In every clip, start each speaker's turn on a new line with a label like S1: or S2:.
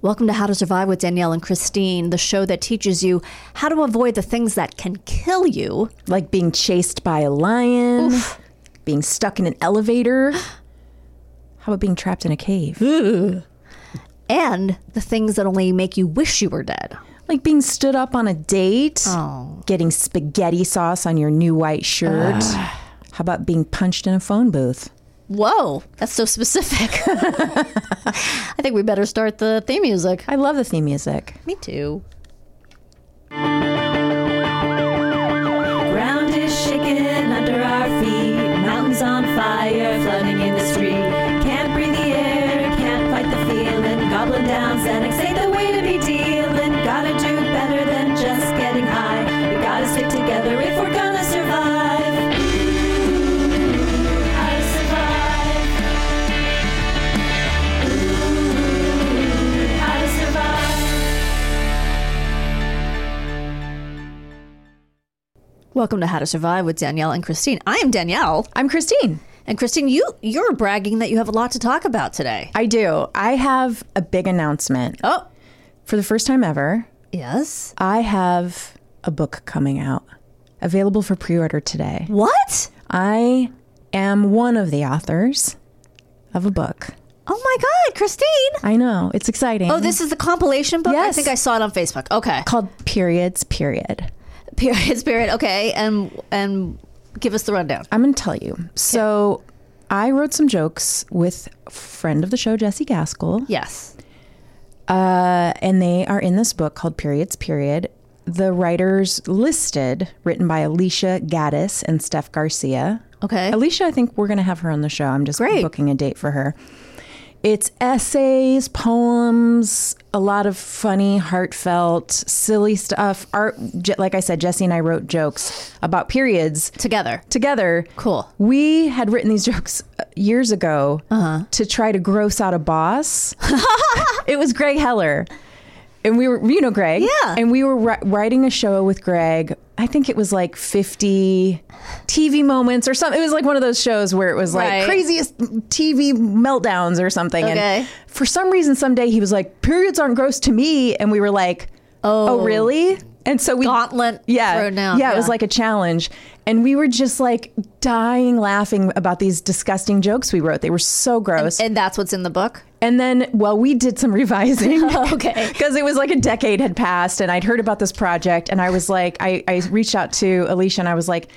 S1: Welcome to How to Survive with Danielle and Christine, the show that teaches you how to avoid the things that can kill you.
S2: Like being chased by a lion, Oof. being stuck in an elevator. How about being trapped in a cave?
S1: Ooh. And the things that only make you wish you were dead
S2: like being stood up on a date,
S1: oh.
S2: getting spaghetti sauce on your new white shirt. Uh. How about being punched in a phone booth?
S1: Whoa, that's so specific. I think we better start the theme music.
S2: I love the theme music.
S1: Me too.
S3: Ground is shaking under our feet, mountains on fire, flooding in the street. Can't breathe the air, can't fight the feeling. Goblin down, Xanax ain't the way to be dealing gotta do better than just getting high. We gotta stick together if we're gonna survive. Ooh, how to survive. Ooh, how to survive.
S1: Welcome to How to Survive with Danielle and Christine. I am Danielle.
S2: I'm Christine.
S1: And Christine, you you're bragging that you have a lot to talk about today.
S2: I do. I have a big announcement.
S1: Oh,
S2: for the first time ever.
S1: Yes.
S2: I have a book coming out available for pre order today.
S1: What?
S2: I am one of the authors of a book.
S1: Oh my God, Christine.
S2: I know. It's exciting.
S1: Oh, this is the compilation book?
S2: Yes.
S1: I think I saw it on Facebook. Okay.
S2: Called Periods, Period.
S1: Periods, Period. Okay. And, and give us the rundown.
S2: I'm going to tell you. Okay. So I wrote some jokes with friend of the show, Jesse Gaskell.
S1: Yes.
S2: Uh, and they are in this book called Periods Period. The writers listed, written by Alicia Gaddis and Steph Garcia.
S1: Okay.
S2: Alicia, I think we're going to have her on the show. I'm just
S1: Great.
S2: booking a date for her. It's essays, poems, a lot of funny, heartfelt, silly stuff. Art, like I said, Jesse and I wrote jokes about periods
S1: together.
S2: Together,
S1: cool.
S2: We had written these jokes uh, years ago
S1: uh-huh.
S2: to try to gross out a boss. it was Greg Heller. And we were, you know, Greg.
S1: Yeah.
S2: And we were ri- writing a show with Greg. I think it was like 50 TV moments or something. It was like one of those shows where it was like
S1: Right.
S2: craziest TV meltdowns or something.
S1: Okay.
S2: And for some reason, someday he was like, periods aren't gross to me. And we were like, oh,
S1: Oh.
S2: really? And so we
S1: Gauntlet
S2: yeah,
S1: thrown down.
S2: Yeah, it was
S1: Yeah.
S2: like a challenge. And we were just like dying laughing about these disgusting jokes we wrote. They were so gross.
S1: And that's what's in the book?
S2: And then, well, we did some revising.
S1: okay.
S2: Because it was like a decade had passed, and I'd heard about this project, and I was like, I, I reached out to Alicia, and I was like,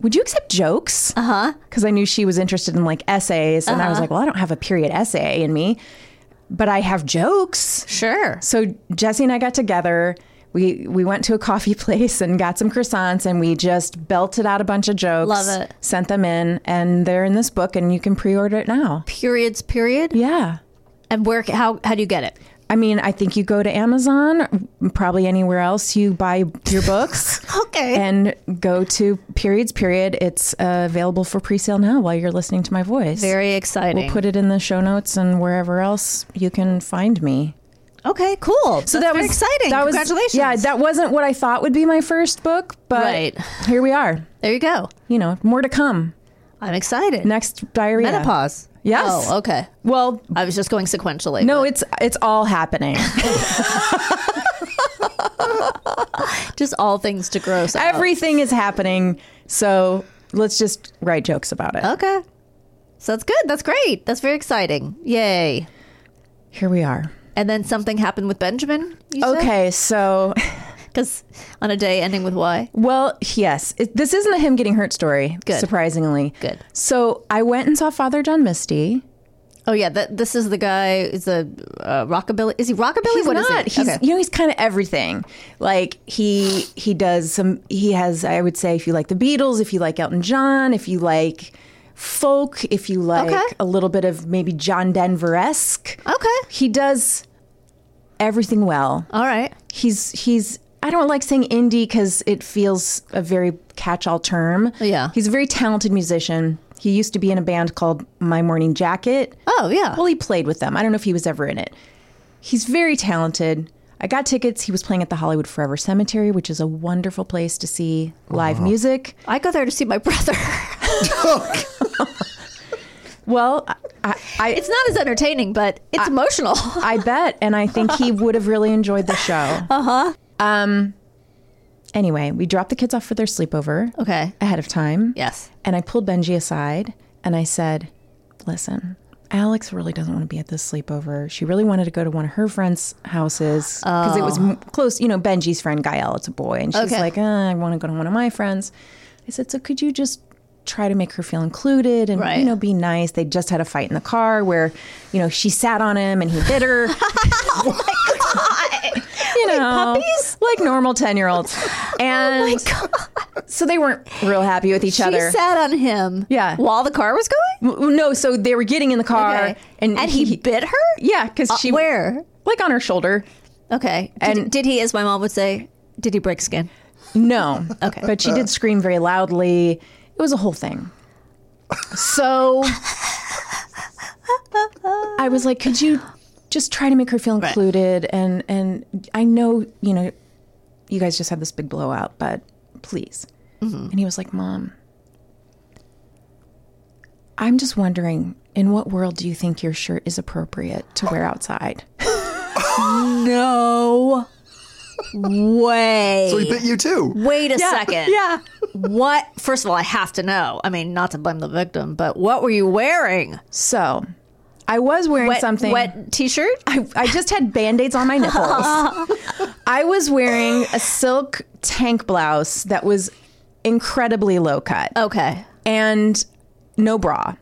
S2: would you accept jokes? Uh
S1: Uh-huh.
S2: huh. Because I knew she was interested in like essays, and I was like, well, I don't have a period essay in me, but I have jokes.
S1: Sure.
S2: So Jesse and I got together. We we went to a coffee place and got some croissants, and we just belted out a bunch of jokes.
S1: Love it.
S2: Sent them in, and they're in this book, and you can pre-order it now.
S1: Periods, period.
S2: Yeah.
S1: And where? How? How do you get it?
S2: I mean, I think you go to Amazon, probably anywhere else you buy your books.
S1: Okay.
S2: And go to Periods Period. It's uh, available for pre-sale now while you're listening to my voice.
S1: Very exciting.
S2: We'll put it in the show notes and wherever else you can find me.
S1: Okay, cool.
S2: So that was
S1: exciting.
S2: That was,
S1: Congratulations.
S2: Yeah, that wasn't what I thought would be my first book, but
S1: Right.
S2: here we are.
S1: there you go.
S2: You know, more to come.
S1: I'm excited.
S2: Next diarrhea.
S1: Menopause.
S2: Yes.
S1: Oh, okay.
S2: Well,
S1: I was just going sequentially.
S2: no, it's it's all happening.
S1: just all things to gross. out.
S2: Everything is happening. So let's just write jokes about it.
S1: Okay. So that's good. That's great. That's very exciting. Yay.
S2: Here we are.
S1: And then something happened with Benjamin.
S2: Okay, so
S1: Because on a day ending with Y.
S2: Well, yes. It, this isn't a him getting hurt story,
S1: Good.
S2: surprisingly.
S1: Good.
S2: So I went and saw Father John Misty.
S1: Oh yeah. That this is the guy. Is a uh, rockabilly. Is he rockabilly?
S2: he's
S1: What is
S2: not.
S1: it?
S2: He's
S1: okay.
S2: you know he's kind of everything. Like he he does some. He has. I would say if you like the Beatles, if you like Elton John, if you like folk, if you like
S1: Okay.
S2: a little bit of maybe John Denver esque.
S1: Okay.
S2: He does everything well.
S1: All right.
S2: he's he's I don't like saying indie because it feels a very catch-all term.
S1: Yeah.
S2: he's a very talented musician. He used to be in a band called My Morning Jacket.
S1: Oh yeah.
S2: Well, he played with them. I don't know if he was ever in it. He's very talented. I got tickets. He was playing at the Hollywood Forever Cemetery, which is a wonderful place to see live music.
S1: I go there to see my brother.
S2: Well, I, I, I,
S1: it's not as entertaining, but it's emotional.
S2: I bet, and I think he would have really enjoyed the show. Uh huh. Um. Anyway, we dropped the kids off for their sleepover.
S1: Okay.
S2: ahead of time.
S1: Yes.
S2: And I pulled Benji aside and I said, Listen, Alex really doesn't want to be at this sleepover. She really wanted to go to one of her friends' houses because it was m- close. You know, Benji's friend Gael, it's a boy. And she's
S1: Oh. Okay.
S2: like, uh, I want to go to one of my friends. I said, So could you just try to make her feel included and
S1: Right.
S2: you know be nice they just had a fight in the car where you know she sat on him and he bit her
S1: Oh
S2: you know
S1: puppies? Oh
S2: like normal 10 year olds and so they weren't real happy with each
S1: She
S2: other
S1: sat on him.
S2: Yeah.
S1: While the car was going.
S2: Well, No, so they were getting in the car,
S1: Okay. And, he, bit her.
S2: yeah, because
S1: Uh,
S2: she
S1: where?
S2: like on her shoulder.
S1: Okay. Did,
S2: And-
S1: did he, as my mom would say, did he break skin?
S2: No,
S1: Okay.
S2: but she did scream very loudly. It was a whole thing. So I was like, could you just try to make her feel included? And and I know you know you guys just had this big blowout, but please. And he was like, Mom, I'm just wondering, in what world do you think your shirt is appropriate to wear outside?
S1: No way.
S4: So he bit you too.
S1: Wait a second.
S2: Yeah.
S1: What? First of all, I have to know. I mean, not to blame the victim, but what were you wearing?
S2: So I was wearing
S1: Wet,
S2: something.
S1: Wet t-shirt.
S2: I, I just had band aids on my nipples. I was wearing a silk tank blouse that was incredibly low cut
S1: Okay.
S2: and no bra.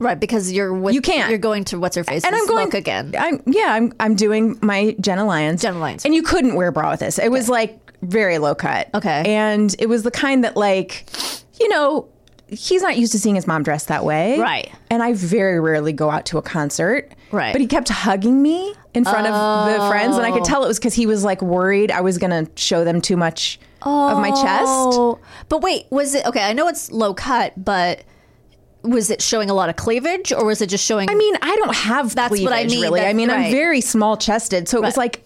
S1: Right, because you're with,
S2: You can't.
S1: You're going to what's her face
S2: And I'm going
S1: look again.
S2: I'm yeah, I'm I'm doing my Jen Alliance.
S1: Jen Alliance.
S2: And you couldn't wear a bra with this. It was like very low cut.
S1: Okay.
S2: And it was the kind that like, you know, he's not used to seeing his mom dressed that way.
S1: Right.
S2: And I very rarely go out to a concert.
S1: Right. Oh.
S2: But he kept hugging me in front of the friends and I could tell it was cuz he was like worried I was going to show them too much of my chest.
S1: Oh, but wait, was it okay? I know it's low cut, but was it showing a lot of cleavage, or was it just showing?
S2: I mean, I don't have
S1: That's
S2: cleavage,
S1: what I mean.
S2: Really, I
S1: That's
S2: mean, I'm
S1: right.
S2: very small chested, so it was like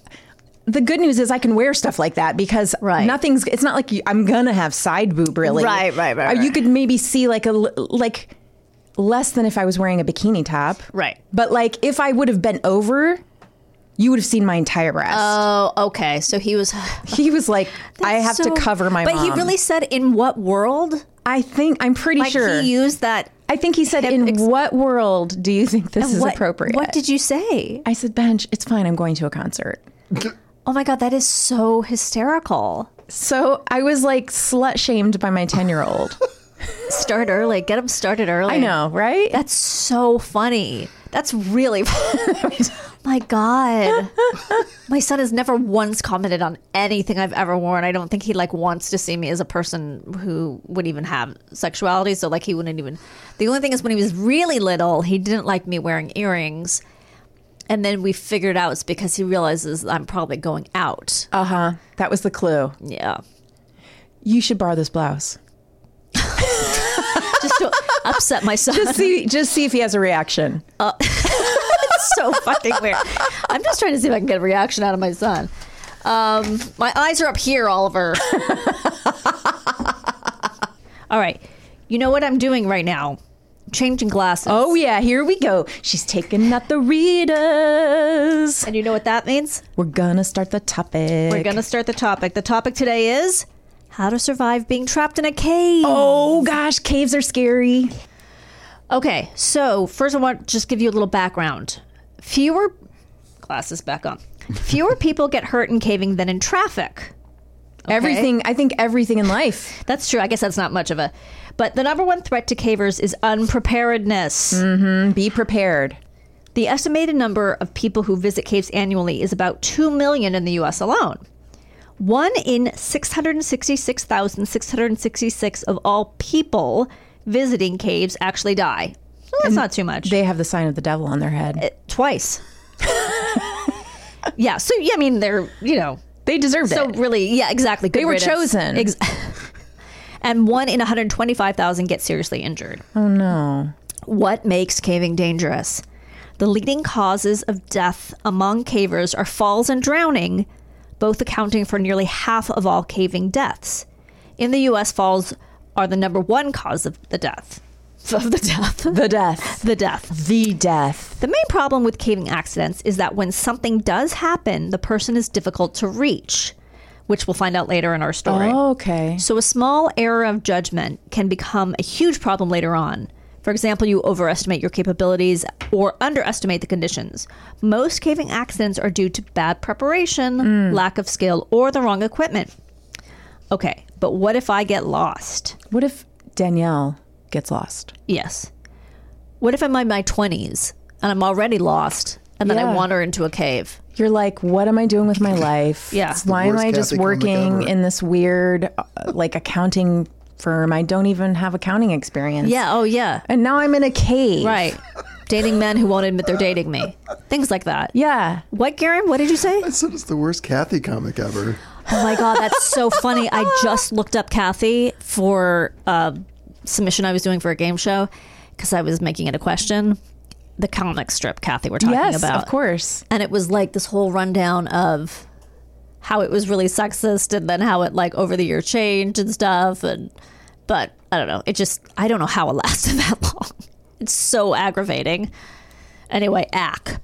S2: the good news is I can wear stuff like that because
S1: Right.
S2: nothing's. It's not like you, I'm gonna have side boob really.
S1: Right, right, right,
S2: Uh, You
S1: right.
S2: could maybe see like a l- like less than if I was wearing a bikini top.
S1: Right.
S2: But like if I would have bent over, you would have seen my entire breast.
S1: oh, okay. So he was.
S2: he was like, I have
S1: So-
S2: to cover my.
S1: But he
S2: mom.
S1: really said, "In what world?"
S2: I think I'm pretty
S1: Like
S2: sure.
S1: he used that.
S2: I think he said,
S1: Hip
S2: "In
S1: ex-
S2: what world do you think this is
S1: what,
S2: appropriate?"
S1: What did you say?
S2: I said, Benj, it's fine. I'm going to a concert.
S1: Oh my god, that is so hysterical.
S2: So I was like slut shamed by my 10 year old.
S1: Start early. Get him started early.
S2: I know, right?
S1: That's so funny. That's really My God. My son has never once commented on anything I've ever worn. I don't think he like wants to see me as a person who would even have sexuality. So like he wouldn't even the only thing is when he was really little, he didn't like me wearing earrings. And then we figured out it's because he realizes I'm probably going out.
S2: Uh huh. That was the clue.
S1: yeah.
S2: You should borrow this blouse.
S1: Just to upset my son.
S2: Just see, just see if he has a reaction.
S1: so fucking weird. I'm just trying to see if I can get a reaction out of my son. Um, my eyes are up here, Oliver. All right. You know what I'm doing right now? Changing glasses.
S2: Oh yeah, here we go. She's taking out the readers.
S1: And you know what that means?
S2: We're gonna start the topic.
S1: We're going to start the topic. The topic today is how to survive being trapped in a cave.
S2: Oh gosh, caves are scary.
S1: Okay, so first I want to just give you a little background. Fewer glasses back on. Fewer people get hurt in caving than in traffic.
S2: Everything. I think everything in life.
S1: That's true. I guess that's not much of a. But the number one threat to cavers is unpreparedness.
S2: Be prepared.
S1: The estimated number of people who visit caves annually is about 2 million in the US alone. One in 666,666 of all people visiting caves actually die. So that's not too much.
S2: They have the sign of the devil on their head.
S1: Twice. yeah, so yeah, I mean they're, you know,
S2: they deserved
S1: so
S2: it.
S1: really, yeah, exactly. Good
S2: They were
S1: riddance.
S2: chosen.
S1: Ex- and one in 125,000 get seriously injured. Oh no. What makes caving dangerous? The leading causes of death among cavers are falls and drowning, both accounting for nearly half of all caving deaths. In the US, falls are the number one cause of the death. Of the death.
S2: the death.
S1: The death.
S2: The death.
S1: The main problem with caving accidents is that when something does happen, the person is difficult to reach, which we'll find out later in our story.
S2: Oh, okay.
S1: So, a small error of judgment can become a huge problem later on. For example, you overestimate your capabilities or underestimate the conditions. Most caving accidents are due to bad preparation, lack of skill, or the wrong equipment. Okay, but what if I get lost?
S2: What if Danielle gets lost?
S1: Yes. What if I'm in my 20s and I'm already lost and then I
S2: Yeah.
S1: wander into a cave?
S2: You're like, what am I doing with my life?
S1: Yeah. It's the
S2: Why am
S4: worst
S2: I just
S4: Kathy comic
S2: working
S4: ever.
S2: in this weird, uh, like, accounting firm? I don't even have accounting experience.
S1: Yeah, oh yeah.
S2: And now I'm in a cave.
S1: Right. dating men who won't admit they're dating me. Things like that.
S2: Yeah.
S1: What, Garen? What did you say?
S5: I said it's the worst Kathy comic ever.
S1: Oh my god, that's so funny. I just looked up Kathy for a submission I was doing for a game show because I was making it a question. The comic strip Kathy we're talking
S2: Yes,
S1: about.
S2: of course.
S1: And it was like this whole rundown of how it was really sexist and then how it like over the year changed and stuff and but I don't know. It just I don't know how it lasted that long. It's so aggravating. Anyway, ack.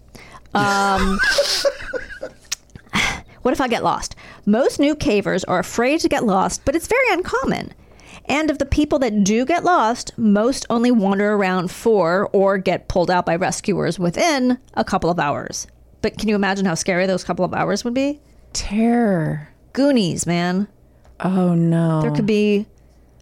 S1: What if I get lost? Most new cavers are afraid to get lost, but it's very uncommon. And of the people that do get lost, most only wander around for or get pulled out by rescuers within a couple of hours. But can you imagine how scary those couple of hours would be?
S2: Terror.
S1: Goonies, man.
S2: Oh, no.
S1: There could be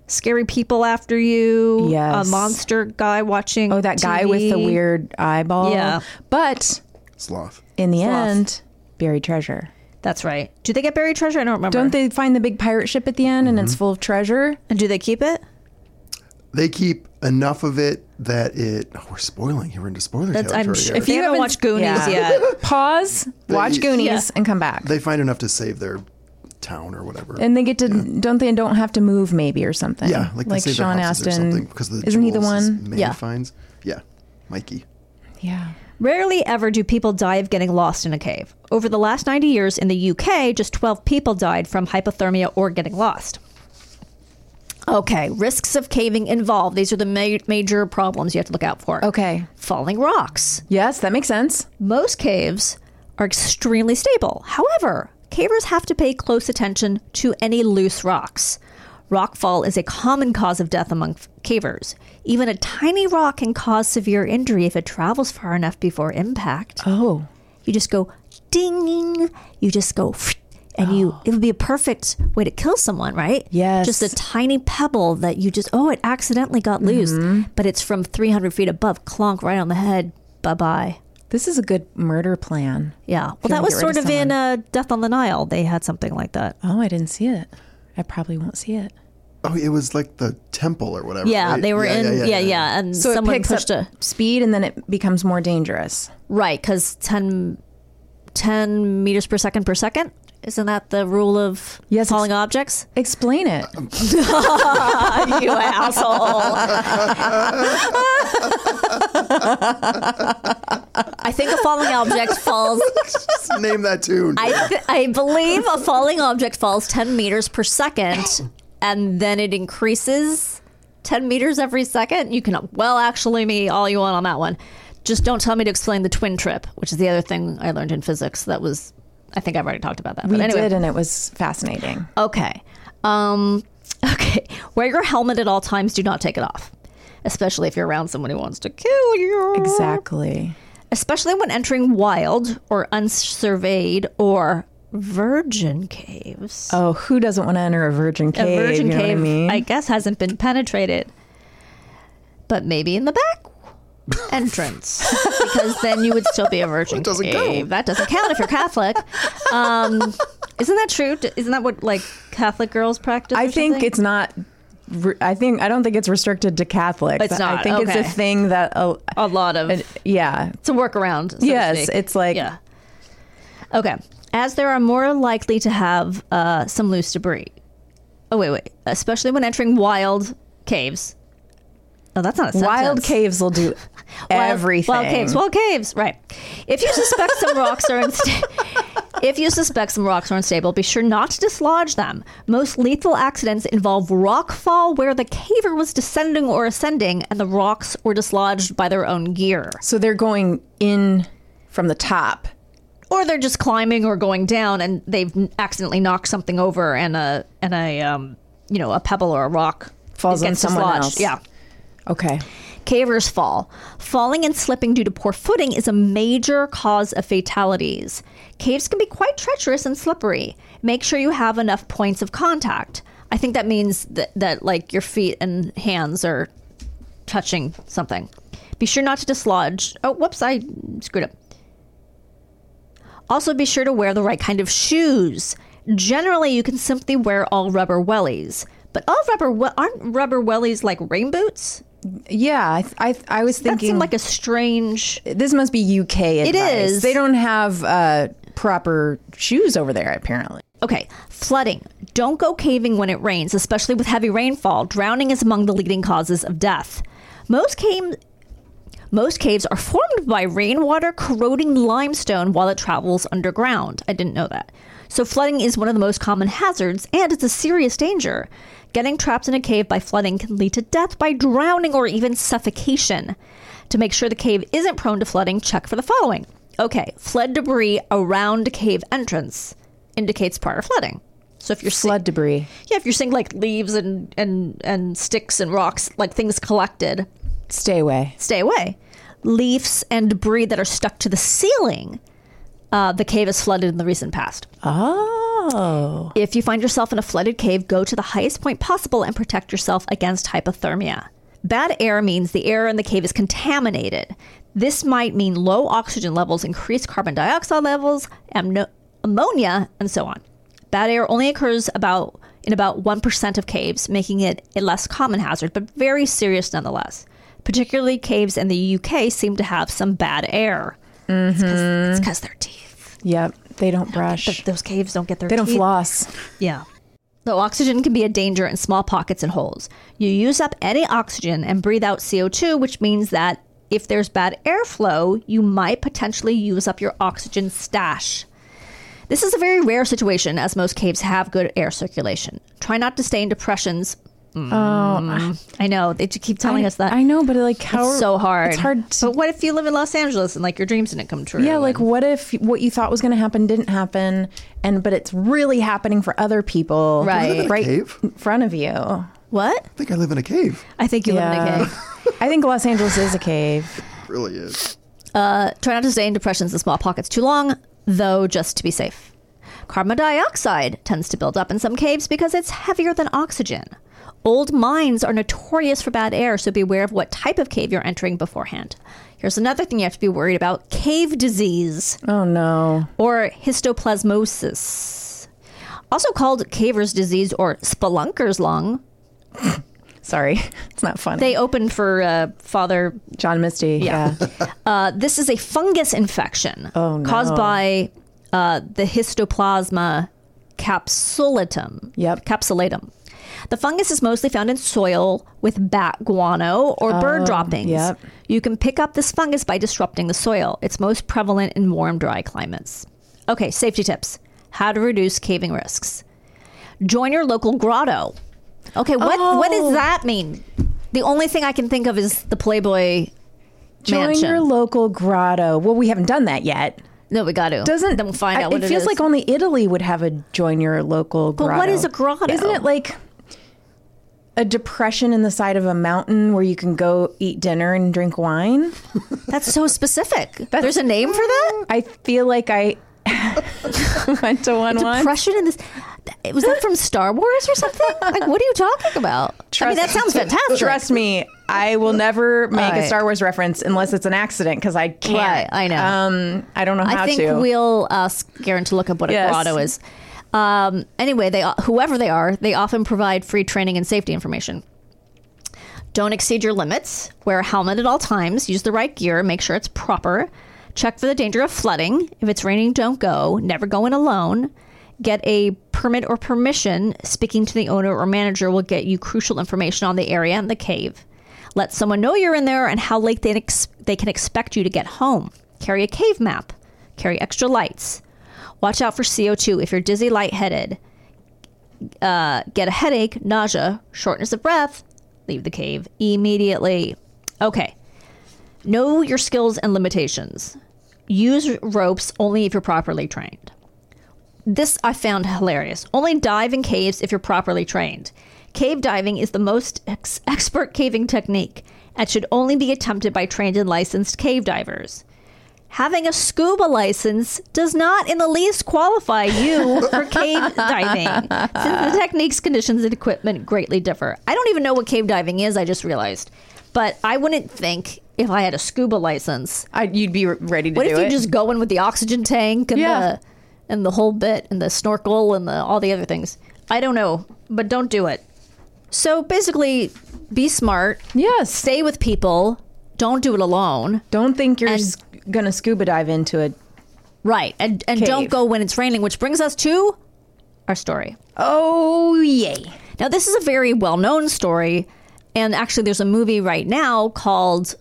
S1: scary people after you.
S2: Yes.
S1: A monster guy watching.
S2: oh, that guy with the
S1: TV.
S2: weird eyeball.
S1: Yeah.
S2: But
S5: Sloth.
S2: in the
S1: Sloth.
S2: end, buried treasure.
S1: That's right. Do they get buried treasure? I don't remember.
S2: Don't they find the big pirate ship at the end and
S4: Mm-hmm.
S2: it's full of treasure?
S1: And do they keep it?
S5: They keep enough of it that it. Oh, we're spoiling. here. We're into spoiler
S1: That's
S5: territory.
S1: I'm sure.
S5: here.
S1: If you haven't watched Goonies
S2: yeah.
S1: yet,
S2: Pause, watch Goonies,
S1: Yeah.
S2: and come back.
S5: They find enough to save their town or whatever.
S2: and they get to don't they don't have to move maybe or something.
S5: yeah, like, they save
S2: Sean
S5: their houses or
S2: Astin.
S5: something because of the
S2: Isn't he the
S5: jewels his
S2: one?
S5: man
S1: Yeah.
S5: finds. Yeah, Mikey.
S2: Yeah.
S1: Rarely ever do people die of getting lost in a cave. Over the last 90 years in the UK, just 12 people died from hypothermia or getting lost. Okay, risks of caving involved. These are the ma- major problems you have to look out for.
S2: Okay.
S1: Falling rocks.
S2: Yes, that makes sense.
S1: Most caves are extremely stable. However, cavers have to pay close attention to any loose rocks. Rockfall is a common cause of death among f- cavers. Even a tiny rock can cause severe injury if it travels far enough before impact.
S2: Oh.
S1: You just go ding. You just go, and you. It would be a perfect way to kill someone, right?
S2: Yes.
S1: Just a tiny pebble that you just. Oh, it accidentally got loose,
S2: Mm-hmm.
S1: but it's from 300 feet above. Clonk right on the head. Bye bye.
S2: This is a good murder plan.
S1: Yeah. Well,
S2: you
S1: that
S2: wanna
S1: was
S2: get rid
S1: sort
S2: of
S1: of in uh, Death on the Nile. They had something like that.
S2: Oh, I didn't see it. I probably won't see it.
S5: Oh, it was like the temple or whatever.
S1: Yeah,
S5: right?
S1: they were in. Yeah yeah, And
S2: So
S1: someone
S2: it picks
S1: pushed
S2: up
S1: a
S2: speed and then it becomes more dangerous.
S1: right because ten
S3: 10 meters per second per second? Isn't that the rule of
S2: Yes,
S3: falling
S2: it's-
S3: objects?
S2: Explain it.
S5: Um,
S3: you asshole. I think a falling object falls
S5: Just name that tune.
S3: I, th- I believe a falling object falls 10 meters per second and then it increases 10 meters every second. You can well actually me all you want on that one. Just don't tell me to explain the twin trip, which is the other thing I learned in physics. That was, I think I've already talked about that.
S2: We
S3: but anyway.
S2: did, and it was fascinating.
S3: Okay. Um, okay. Wear your helmet at all times. Do not take it off, especially if you're around someone who wants to kill you.
S2: Exactly.
S3: Especially when entering wild or unsurveyed or virgin caves.
S2: Oh, who doesn't want to enter a virgin cave?
S3: a virgin
S2: you know
S3: cave,
S2: What I mean?
S3: guess, hasn't been penetrated. But maybe in the back entrance, because then you would still be a virgin
S5: doesn't count.
S3: cave. That doesn't count if you're Catholic. Um, isn't that true? D- Isn't that what like Catholic girls practice?
S2: I
S3: or
S2: think
S3: something?
S2: it's not. re- I think I don't think it's restricted to Catholics.
S3: It's
S2: I
S3: not,
S2: think
S3: okay.
S2: it's a thing that. Uh,
S3: a lot of
S2: and- yeah.
S3: it's a workaround. So to
S2: Yes,
S3: speak.
S2: it's like-
S3: yeah. Okay, as there are more likely to have uh, some loose debris. Oh wait, wait. Especially when entering wild caves. Oh, that's not a sentence.
S2: Wild caves will do
S3: Wild-
S2: everything.
S3: Wild caves, wild caves, right? If you suspect some rocks are unstable, if you suspect some rocks are unstable, be sure not to dislodge them. Most lethal accidents involve rock fall where the caver was descending or ascending, and the rocks were dislodged by their own gear,
S2: So they're going in from the top.
S3: or they're just climbing or going down, and they've accidentally knocked something over, and a and a um, you know a pebble or a rock
S2: Falls on
S3: gets
S2: someone
S3: dislodged.
S2: else.
S3: Yeah.
S2: Okay.
S3: Cavers fall. Falling and slipping due to poor footing is a major cause of fatalities. Caves can be quite treacherous and slippery. Make sure you have enough points of contact. I think that means that, that like your feet and hands are touching something. Be sure not to dislodge. Oh, whoops, I screwed up. Also, be sure to wear the right kind of shoes. Generally, you can simply wear all rubber wellies. But all rubber we- aren't rubber wellies like rain boots?
S2: Yeah, I I, I was
S3: That
S2: thinking
S3: seemed like a strange.
S2: this must be UK. Advice.
S3: is.
S2: They don't have uh, proper shoes over there apparently.
S3: Okay, flooding. Don't go caving when it rains, especially with heavy rainfall. Drowning is among the leading causes of death. Most cave, most caves are formed by rainwater corroding limestone while it travels underground. I didn't know that. So flooding is one of the most common hazards, and it's a serious danger. Getting trapped in a cave by flooding can lead to death by drowning or even suffocation. To make sure the cave isn't prone to flooding, check for the following. Okay, flood debris around cave entrance indicates prior flooding. So if you're see-
S2: Flood debris.
S3: yeah, if you're seeing like leaves and and and sticks and rocks, like things collected,
S2: Stay away.
S3: stay away. Leaves and debris that are stuck to the ceiling. Uh, the cave is flooded in the recent past.
S2: Oh.
S3: If you find yourself in a flooded cave, go to the highest point possible and protect yourself against hypothermia. Bad air means the air in the cave is contaminated. This might mean low oxygen levels, increased carbon dioxide levels, amno- ammonia, and so on. Bad air only occurs about in about 1% of caves, making it a less common hazard, but very serious nonetheless. Particularly caves in the UK seem to have some bad air. It's because their teeth.
S2: Yep. They don't brush.
S3: Mm-hmm. Those caves don't get their
S2: They don't
S3: teeth.
S2: floss.
S3: Yeah. Though oxygen can be a danger in small pockets and holes, you use up any oxygen and breathe out CO2, which means that if there's bad airflow, you might potentially use up your oxygen stash. This is a very rare situation, as most caves have good air circulation. Try not to stay in depressions.
S2: Oh,
S3: I know they keep telling
S2: I,
S3: us that.
S2: I know, but like how
S3: It's so hard.
S2: It's hard. To,
S3: But what if you live in Los Angeles and like your dreams didn't come true?
S2: yeah, like
S3: and-
S2: what if what you thought was going to happen didn't happen, and but it's really happening for other people,
S3: Right.
S2: Right
S5: Cave?
S2: in front of you.
S3: what?
S5: I think I live in a cave.
S3: I think you live in a
S2: Yeah.
S3: cave.
S2: I think Los Angeles is a cave.
S5: It really is.
S3: Try not to stay in depressions and small pockets too long, though, just to be safe. Carbon dioxide tends to build up in some caves because it's heavier than oxygen. Old mines are notorious for bad air, so beware of what type of cave you're entering beforehand. Here's another thing you have to be worried about cave disease
S2: Oh no.
S3: or histoplasmosis, also called caver's disease or spelunker's lung.
S2: Sorry, it's not funny.
S3: They opened for uh, Father
S2: John Misty. Yeah.
S3: uh, This is a fungus infection
S2: Oh, no.
S3: caused by uh, the histoplasma capsulatum.
S2: Yep.
S3: Capsulatum. The fungus is mostly found in soil with bat guano or bird droppings.
S2: Oh, yep.
S3: You can pick up this fungus by disrupting the soil. It's most prevalent in warm, dry climates. Okay, safety tips. How to reduce caving risks. Join your local grotto. Okay, what what
S2: Oh.
S3: does that mean? The only thing I can think of is the Playboy
S2: Join
S3: mansion.
S2: your local grotto. Well, we haven't done that yet.
S3: no, we got to.
S2: Doesn't
S3: then we'll find
S2: I-
S3: out what
S2: it feels
S3: is.
S2: like only Italy would have a join your local
S3: But
S2: grotto.
S3: what is a grotto?
S2: Isn't it like a depression in the side of a mountain where you can go eat dinner and drink wine?
S3: That's so specific. There's a name for that?
S2: I feel like I went to one once.
S3: Depression in this. Was that from Star Wars or something? Like, what are you talking about? I mean, that sounds fantastic.
S2: Trust me, I will never make
S3: Right.
S2: a Star Wars reference unless it's an accident because I can't.
S3: Right, I know.
S2: Um, I don't know how
S3: I think
S2: to.
S3: we'll ask Garen to look up what
S2: Yes.
S3: a grotto is. Um, anyway, they whoever they are, they often provide free training and safety information. Don't exceed your limits. Wear a helmet at all times. Use the right gear. Make sure it's proper. Check for the danger of flooding. If it's raining, don't go. Never go in alone. Get a permit or permission. Speaking to the owner or manager will get you crucial information on the area and the cave. Let someone know you're in there and how late they, ex- they can expect you to get home. Carry a cave map. Carry extra lights. Watch out for CO2 if you're dizzy, lightheaded. Uh, get a headache, nausea, shortness of breath. Leave the cave immediately. Okay. Know your skills and limitations. Use ropes only if you're properly trained. This I found hilarious. Only dive in caves if you're properly trained. Cave diving is the most ex- expert caving technique and should only be attempted by trained and licensed cave divers. Having a scuba license does not in the least qualify you for cave diving, since the techniques, conditions, and equipment greatly differ. I don't even know what cave diving is, I just realized. But I wouldn't think if I had a scuba license
S2: I, you'd be re- ready to
S3: what
S2: do
S3: if you
S2: it.
S3: just go in with the oxygen tank and
S2: Yeah.
S3: the and the whole bit and the snorkel and the all the other things? I don't know, but don't do it. So basically, be smart.
S2: Yes.
S3: Stay with people. Don't do it alone.
S2: don't think you're
S3: and-
S2: s- gonna scuba dive into it.
S3: Right. And and don't
S2: Cave.
S3: go when it's raining, which brings us to our story.
S2: Oh yay!
S3: Now, this is a very well known story. And actually, there's a movie right now called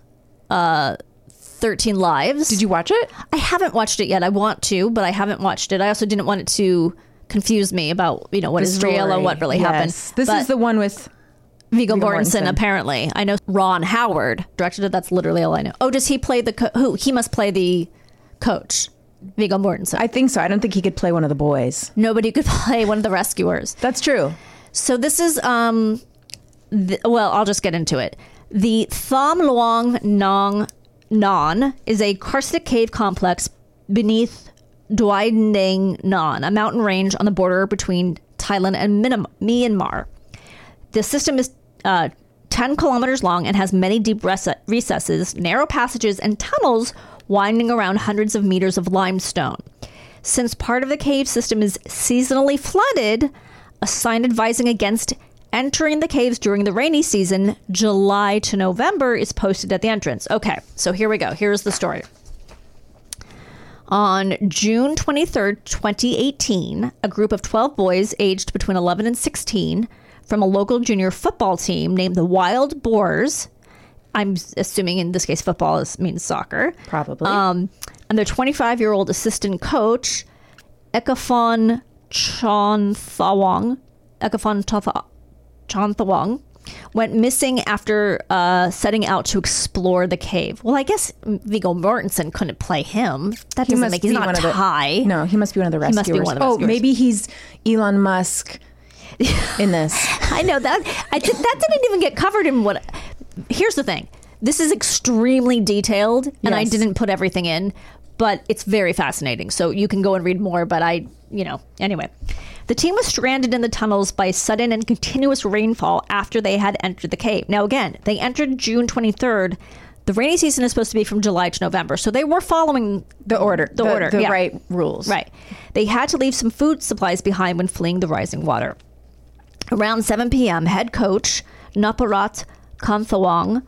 S3: uh, 13 Lives.
S2: Did you watch it?
S3: I haven't watched it yet. I want to, but I haven't watched it. I also didn't want it to confuse me about you know what is real and what really happened.
S2: This
S3: But
S2: is the one with Viggo
S3: Viggo Mortensen,
S2: Mortensen.
S3: Apparently, I know Ron Howard directed it. That's literally all I know. Oh, does he play the co- who? He must play the coach, Viggo Mortensen.
S2: I think so. I don't think he could play one of the boys.
S3: Nobody could play one of the rescuers.
S2: That's true.
S3: So this is um, th- well, I'll just get into it. The Tham Luang Nong Non is a karstic cave complex beneath Doi Nang Non, a mountain range on the border between Thailand and Minim- Myanmar. The system is uh, 10 kilometers long and has many deep res- recesses, narrow passages, and tunnels winding around hundreds of meters of limestone. Since part of the cave system is seasonally flooded, a sign advising against entering the caves during the rainy season, July to November, is posted at the entrance. Okay, so here we go. Here's the story. On June 23rd, 2018, a group of 12 boys aged between 11 and 16 from a local junior football team named the Wild Boars, I'm assuming in this case football is, means soccer,
S2: Probably.
S3: um, and their 25 year old assistant coach, Ekafon Chonthawang, Ekafon Chonthawang, Chonthawang went missing after uh, setting out to explore the cave. Well, I guess Viggo Mortensen couldn't play him. That doesn't make he's not high.
S2: The, no, he must be one of the
S3: He must
S2: rescuers.
S3: be one of the
S2: oh,
S3: rescuers.
S2: maybe he's Elon Musk in this.
S3: I know that. I did, that didn't even get covered in what. Here's the thing. This is extremely detailed, and I
S2: Yes.
S3: didn't put everything in, but it's very fascinating. So you can go and read more. But I, you know, anyway, the team was stranded in the tunnels by sudden and continuous rainfall after they had entered the cave. Now again, they entered June 23rd. The rainy season is supposed to be from July to November, so they were following
S2: The order.
S3: The order,
S2: The
S3: yeah.
S2: right rules.
S3: Right. They had to leave some food supplies behind when fleeing the rising water. Around 7 p.m., head coach Naparat Kanthawang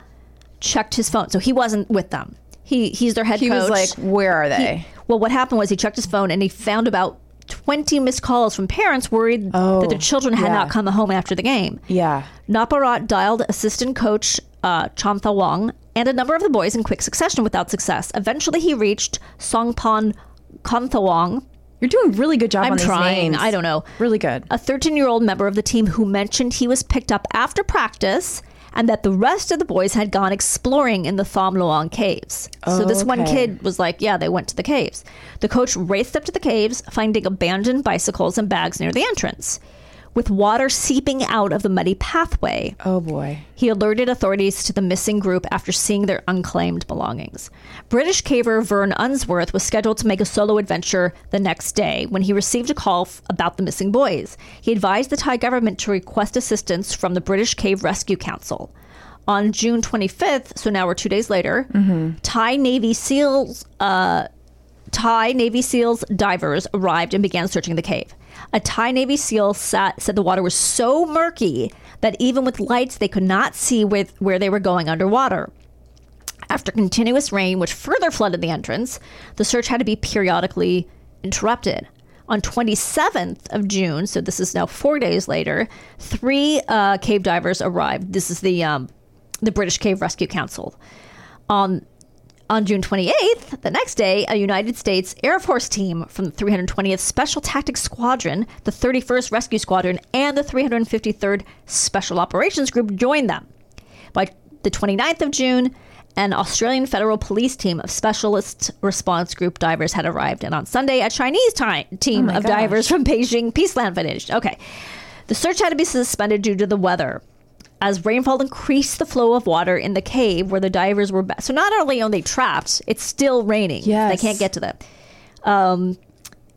S3: checked his phone. So he wasn't with them. He he's their head
S2: He was
S3: coach.
S2: like, "Where are
S3: He-
S2: they?"
S3: Well, what happened was he checked his phone and he found about 20 missed calls from parents worried that their children had
S2: Oh, yeah.
S3: not come home after the game.
S2: Yeah.
S3: Naparat dialed assistant coach uh, Chomtha Wong and a number of the boys in quick succession without success. Eventually, he reached Songpon Kontha
S2: You're doing a really good job
S3: I'm
S2: on these
S3: trying.
S2: names.
S3: I don't know. Uh,
S2: Really good.
S3: a 13 year old member of the team who mentioned he was picked up after practice and that the rest of the boys had gone exploring in the Tham Luang caves. so this one
S2: okay.
S3: kid was like, Yeah, they went to the caves. The coach raced up to the caves, finding abandoned bicycles and bags near the entrance. With water seeping out of the muddy pathway,
S2: Oh boy.
S3: he alerted authorities to the missing group after seeing their unclaimed belongings. British caver Vern Unsworth was scheduled to make a solo adventure the next day when he received a call f- about the missing boys. He advised the Thai government to request assistance from the British Cave Rescue Council. On June 25th, so now we're two days later, Thai Navy SEALs Thai Navy SEALs divers arrived and began searching the cave. A Thai Navy SEAL sat, said the water was so murky that even with lights, they could not see with, where they were going underwater. After continuous rain, which further flooded the entrance, the search had to be periodically interrupted. On 27th of June, so this is now four days later, three uh, cave divers arrived. This is the um, the British Cave Rescue Council. On on June 28th, the next day, a United States Air Force team from the 320th Special Tactics Squadron, the 31st Rescue Squadron, and the 353rd Special Operations Group joined them. By the 29th of June, an Australian Federal Police team of Specialist Response Group divers had arrived, and on Sunday, a Chinese ti- team of divers from Beijing Peaceland finished. Okay. The search had to be suspended due to the weather as rainfall increased the flow of water in the cave where the divers were. Ba- so not only are they trapped, it's still raining.
S2: Yes.
S3: They can't get to them. Um,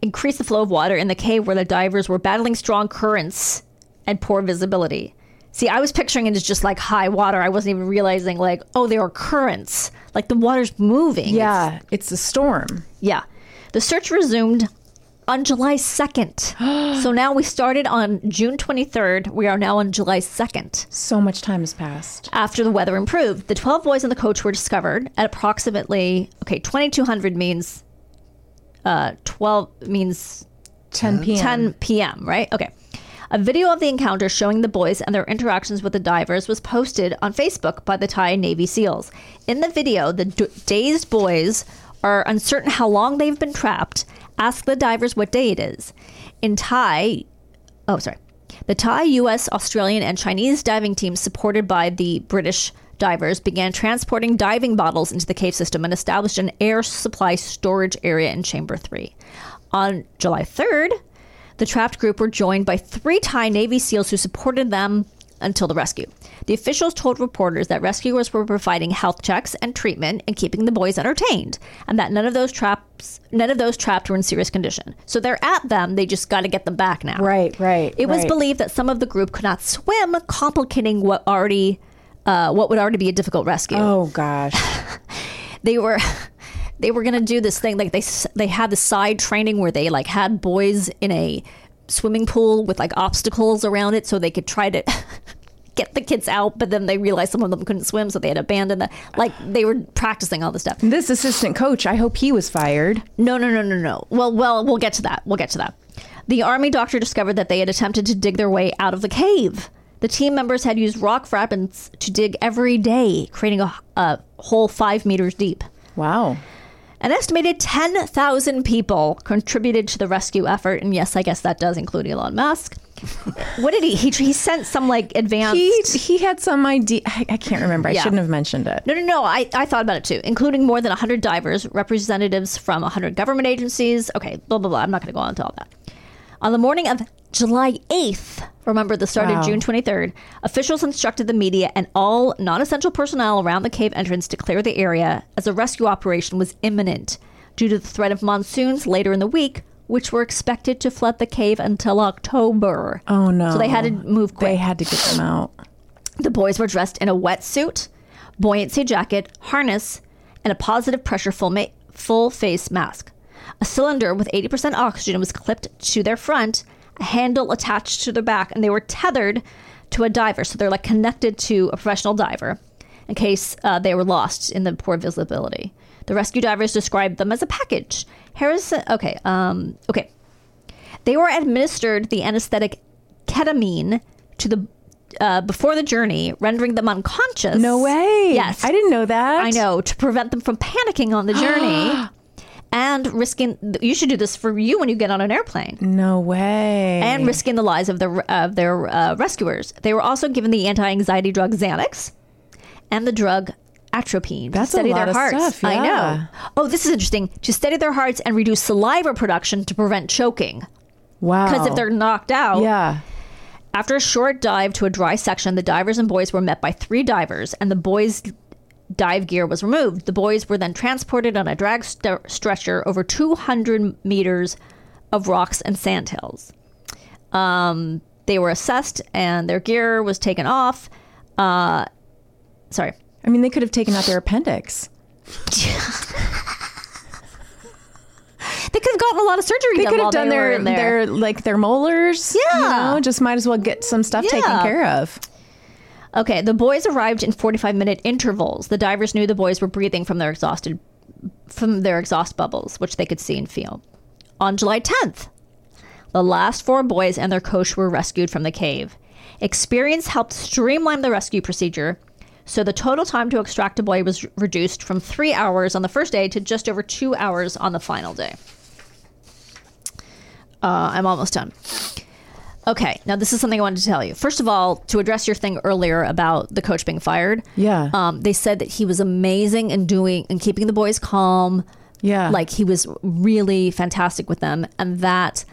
S3: increased the flow of water in the cave where the divers were battling strong currents and poor visibility. See, I was picturing it as just like high water. I wasn't even realizing like, oh, there are currents. Like the water's moving.
S2: Yeah, it's a storm.
S3: Yeah. The search resumed on July 2nd. so now we started on June 23rd. We are now on July 2nd.
S2: So much time has passed.
S3: After the weather improved, the 12 boys in the coach were discovered at approximately, okay, 2200 means uh, 12 means
S2: 10 p.m.
S3: 10 p.m., right? Okay. A video of the encounter showing the boys and their interactions with the divers was posted on Facebook by the Thai Navy SEALs. In the video, the d- dazed boys are uncertain how long they've been trapped, ask the divers what day it is. In Thai, oh, sorry. The Thai, U.S., Australian, and Chinese diving teams, supported by the British divers, began transporting diving bottles into the cave system and established an air supply storage area in Chamber 3. On July 3rd, the trapped group were joined by three Thai Navy SEALs who supported them until the rescue. The officials told reporters that rescuers were providing health checks and treatment and keeping the boys entertained, and that none of those traps, none of those trapped were in serious condition. So they're at them; they just got to get them back now.
S2: Right, right.
S3: It was
S2: right.
S3: believed that some of the group could not swim, complicating what already uh, what would already be a difficult rescue.
S2: Oh gosh.
S3: They were they were going to do this thing like they s- they had the side training where they like had boys in a swimming pool with like obstacles around it so they could try to get the kids out but then they realized some of them couldn't swim so they had abandoned the like they were practicing all this stuff
S2: This assistant coach, I hope he was fired.
S3: no, no, no, no, no. Well, well, we'll get to that. We'll get to that. The army doctor discovered that they had attempted to dig their way out of the cave. The team members had used rock fragments to dig every day, creating a, a hole five meters deep.
S2: Wow.
S3: An estimated 10,000 people contributed to the rescue effort. And yes, I guess that does include Elon Musk. what did he, he? He sent some like advanced.
S2: He he had some idea. I, I can't remember. I
S3: Yeah.
S2: shouldn't have mentioned it.
S3: No, no, no. I, I thought about it too, including more than 100 divers, representatives from 100 government agencies. Okay, blah, blah, blah. I'm not going to go on to all that. On the morning of July 8th, remember this started
S2: Wow.
S3: June 23rd, officials instructed the media and all non essential personnel around the cave entrance to clear the area as a rescue operation was imminent due to the threat of monsoons later in the week, which were expected to flood the cave until October.
S2: Oh no.
S3: So they had to move quick.
S2: They had to get them out.
S3: The boys were dressed in a wetsuit, buoyancy jacket, harness, and a positive pressure full, ma- full face mask. A cylinder with 80% oxygen was clipped to their front, a handle attached to their back, and they were tethered to a diver. So they're like connected to a professional diver in case uh, they were lost in the poor visibility. The rescue divers described them as a package Harrison. Okay. Um. Okay. They were administered the anesthetic ketamine to the uh, before the journey, rendering them unconscious.
S2: No way.
S3: Yes,
S2: I didn't know that.
S3: I know to prevent them from panicking on the journey. And risking, you should do this for you when you get on an airplane
S2: No way.
S3: and risking the lives of their of their uh, rescuers. They were also given the anti-anxiety drug Xanax and the drug atropine
S2: That's a
S3: to steady
S2: lot
S3: their
S2: of
S3: hearts.
S2: stuff,
S3: I
S2: yeah.
S3: know. Oh, this is interesting. To steady their hearts and reduce saliva production to prevent choking.
S2: wow.
S3: Because if they're knocked out,
S2: yeah.
S3: after a short dive to a dry section, the divers and boys were met by three divers, and the boys' dive gear was removed. The boys were then transported on a drag st- stretcher over 200 meters of rocks and sand hills. Um, they were assessed, and their gear was taken off. Uh, sorry.
S2: I mean, they could have taken out their appendix.
S3: They could have gotten a lot of surgery
S2: They
S3: done
S2: could
S3: while
S2: have done
S3: they were
S2: their,
S3: in there.
S2: their like their molars.
S3: Yeah.
S2: You know, just might as well get some stuff taken
S3: Yeah.
S2: care of.
S3: Okay, the boys arrived in 45 minute intervals. The divers knew the boys were breathing from their exhausted from their exhaust bubbles, which they could see and feel. On July 10th, the last four boys and their coach were rescued from the cave. Experience helped streamline the rescue procedure, so the total time to extract a boy was reduced from 3 hours on the first day to just over 2 hours on the final day. Uh, I'm almost done. Okay, now this is something I wanted to tell you. First of all, to address your thing earlier about the coach being fired,
S2: Yeah.
S3: um, they said that he was amazing in doing and keeping the boys calm.
S2: Yeah.
S3: like he was really fantastic with them, and that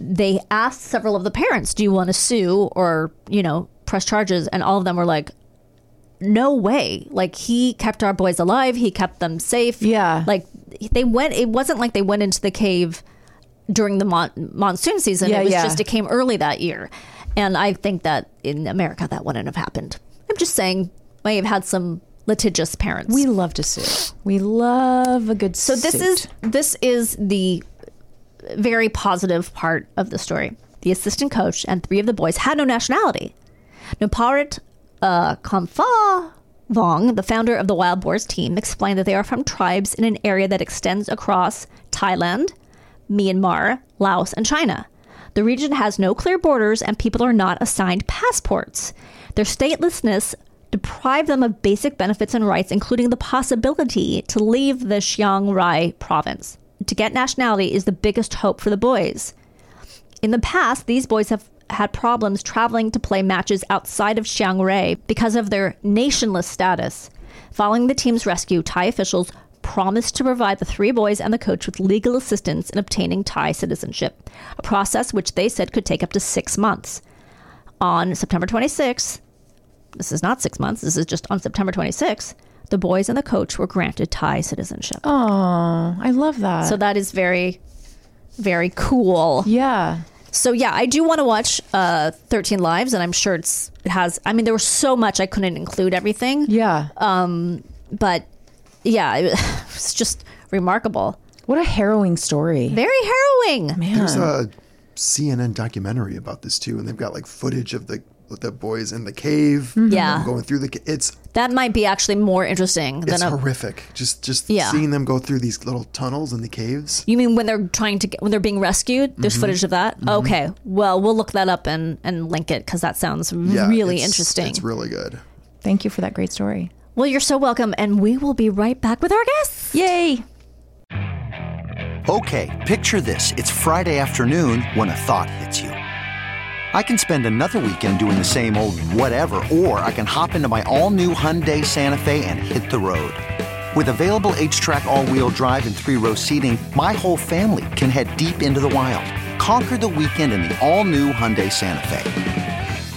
S3: they asked several of the parents, "Do you want to sue or you know press charges?" And all of them were like, "No way! Like he kept our boys alive. He kept them safe.
S2: Yeah.
S3: like they went. It wasn't like they went into the cave." during the mon- monsoon season.
S2: Yeah,
S3: it was
S2: yeah.
S3: just it came early that year, and I think that in America that wouldn't have happened. I'm just saying, may have had some litigious parents.
S2: We love to sue. We love a good
S3: so this is this is the very positive part of the story. The assistant coach and three of the boys had no nationality. Nuparit uh, Kampha Vong, the founder of the Wild Boars team, explained that they are from tribes in an area that extends across Thailand, Myanmar, Laos, and China. The region has no clear borders and people are not assigned passports. Their statelessness deprived them of basic benefits and rights, including the possibility to leave the Chiang Rai province. To get nationality is the biggest hope for the boys. In the past, these boys have had problems traveling to play matches outside of Chiang Rai because of their nationless status. Following the team's rescue, Thai officials promised to provide the three boys and the coach with legal assistance in obtaining Thai citizenship, a process which they said could take up to six months. On September 26th, this is not six months, this is just on September 26th, the boys and the coach were granted Thai citizenship.
S2: Oh, I love that.
S3: So that is very, very cool.
S2: yeah.
S3: So yeah, I do want to watch uh, Thirteen Lives, and I'm sure it's it has. I mean, there was so much I couldn't include everything,
S2: Yeah.
S3: but yeah, it was just remarkable,
S2: what a harrowing story.
S3: very harrowing.
S2: Man.
S5: There's a CNN documentary about this too, and they've got like footage of the the boys in the cave.
S3: Yeah.
S5: them going through the. ca- It's
S3: That might be actually more interesting
S5: it's
S3: than a.
S5: horrific. Just just
S3: Yeah.
S5: seeing them go through these little tunnels in the caves.
S3: You mean when they're trying to get when they're being rescued? There's
S5: Mm-hmm.
S3: footage of that. Okay, well we'll look that up and and link it because that sounds
S5: Yeah,
S3: really
S5: it's-
S3: interesting.
S5: It's really good.
S2: Thank you for that great story.
S3: well, you're so welcome, and we will be right back with our guests.
S2: Yay.
S6: Okay, picture this. It's Friday afternoon when a thought hits you. I can spend another weekend doing the same old whatever, or I can hop into my all new Hyundai Santa Fe and hit the road. With available H track, all wheel drive, and three row seating, my whole family can head deep into the wild. Conquer the weekend in the all new Hyundai Santa Fe.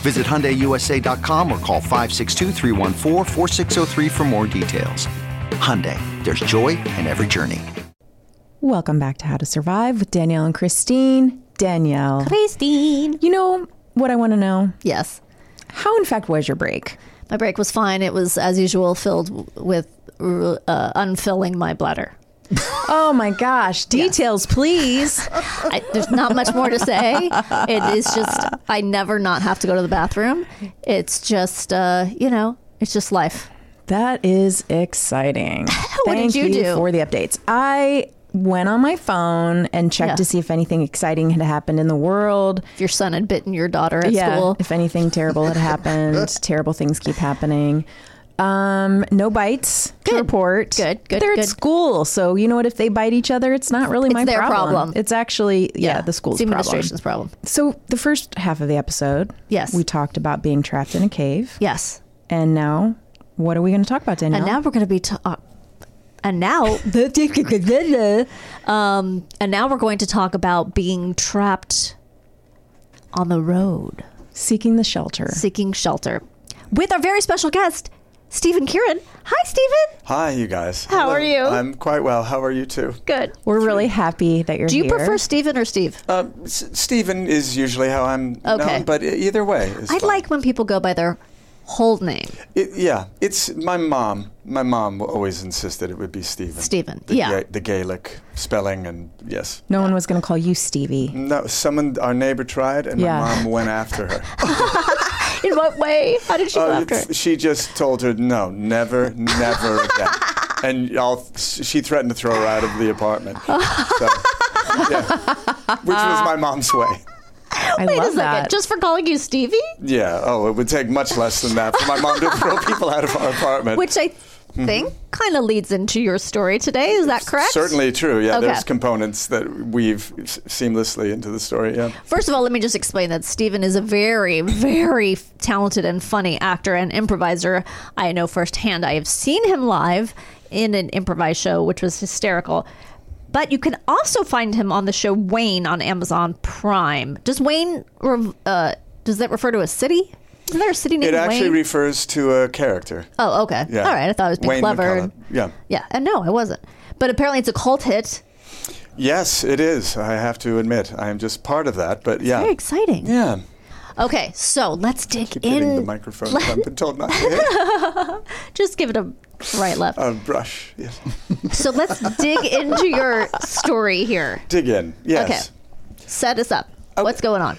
S6: Visit HyundaiUSA.com or call 562-314-4603 for more details. Hyundai, there's joy in every journey.
S2: Welcome back to How to Survive with Danielle and Christine. Danielle,
S3: Christine.
S2: you know what I want to know?
S3: Yes.
S2: How, in fact, was your break?
S3: My break was fine. It was, as usual, filled with uh, unfilling my bladder.
S2: Oh my gosh. Details, please.
S3: I, there's not much more to say. It is just I never not have to go to the bathroom. It's just uh, you know, it's just life.
S2: That is exciting.
S3: What did
S2: Thank
S3: you do?
S2: for the updates? I went on my phone and checked
S3: Yeah.
S2: to see if anything exciting had happened in the world.
S3: If your son had bitten your daughter at school,
S2: If anything terrible had happened, terrible things keep happening. Um, no bites to report.
S3: Good,
S2: But
S3: good,
S2: They're
S3: good.
S2: at school, so you know what? If they bite each other, it's not really my
S3: their
S2: problem.
S3: problem.
S2: It's actually yeah, the school's
S3: it's the
S2: problem.
S3: administration's problem.
S2: So the first half of the episode,
S3: Yes.
S2: we talked about being trapped in a cave,
S3: Yes,
S2: and now what are we going to talk about, Danielle?
S3: and now we're going to be ta- uh, and now um, and now we're going to talk about being trapped on the road,
S2: seeking the shelter.
S3: seeking shelter, with our very special guest, Stephen Kieran. Hi, Stephen.
S7: Hi, you guys.
S3: How are you?
S7: I'm quite well. How are you too?
S3: Good.
S2: We're really happy that you're
S3: Do you
S2: here.
S3: prefer Stephen or Steve?
S7: Um, S- Stephen is usually how I'm
S3: Okay.
S7: known, but e- either way, is
S3: I
S7: fine.
S3: like when people go by their whole name,
S7: It, yeah, it's my mom. My mom always insisted it would be Stephen.
S3: Stephen,
S7: The,
S3: yeah.
S7: Ga- the Gaelic spelling, and yes.
S2: no one was going to call you Stevie.
S7: No, someone, our neighbor tried, and
S2: Yeah.
S7: my mom went after her.
S3: In what way? How did she
S1: Oh,
S7: Uh,
S3: go after?
S7: it's- she just told her, no, never, never again. And I'll, she threatened to throw her out of the apartment. So, yeah. Which was my mom's way.
S2: I
S3: Wait a
S2: love
S3: second,
S2: that.
S3: just for calling you Stevie,
S7: Yeah. Oh, it would take much less than that for my mom to throw people out of our apartment. Mm-hmm.
S3: which I think kind of leads into your story today. Is that correct?
S7: certainly true. Yeah,
S3: Okay.
S7: there's components that weave s- seamlessly into the story. Yeah.
S3: First of all, let me just explain that Stephen is a very, very f- talented and funny actor and improviser. I know firsthand. I have seen him live in an improvise show, which was hysterical. But you can also find him on the show Wayne on Amazon Prime. Does Wayne, rev- uh, does that refer to a city? Isn't there a city named
S7: It actually
S3: Wayne?
S7: refers to a character.
S3: oh, okay.
S7: Yeah.
S3: All right. I thought I was being
S7: Wayne
S3: clever.
S7: McCullough. Yeah.
S3: Yeah, and no, I wasn't. But apparently, it's a cult hit.
S7: Yes, it is. I have to admit, I am just part of that. But yeah.
S3: Very exciting.
S7: Yeah.
S3: Okay, so let's dig
S7: Keep hitting the
S3: in.
S7: microphone. I've been told not to hit.
S3: Just give it a right left.
S7: A brush. Yes.
S3: So let's dig into your story here.
S7: Dig in. Yes.
S3: Set us up. What's going on?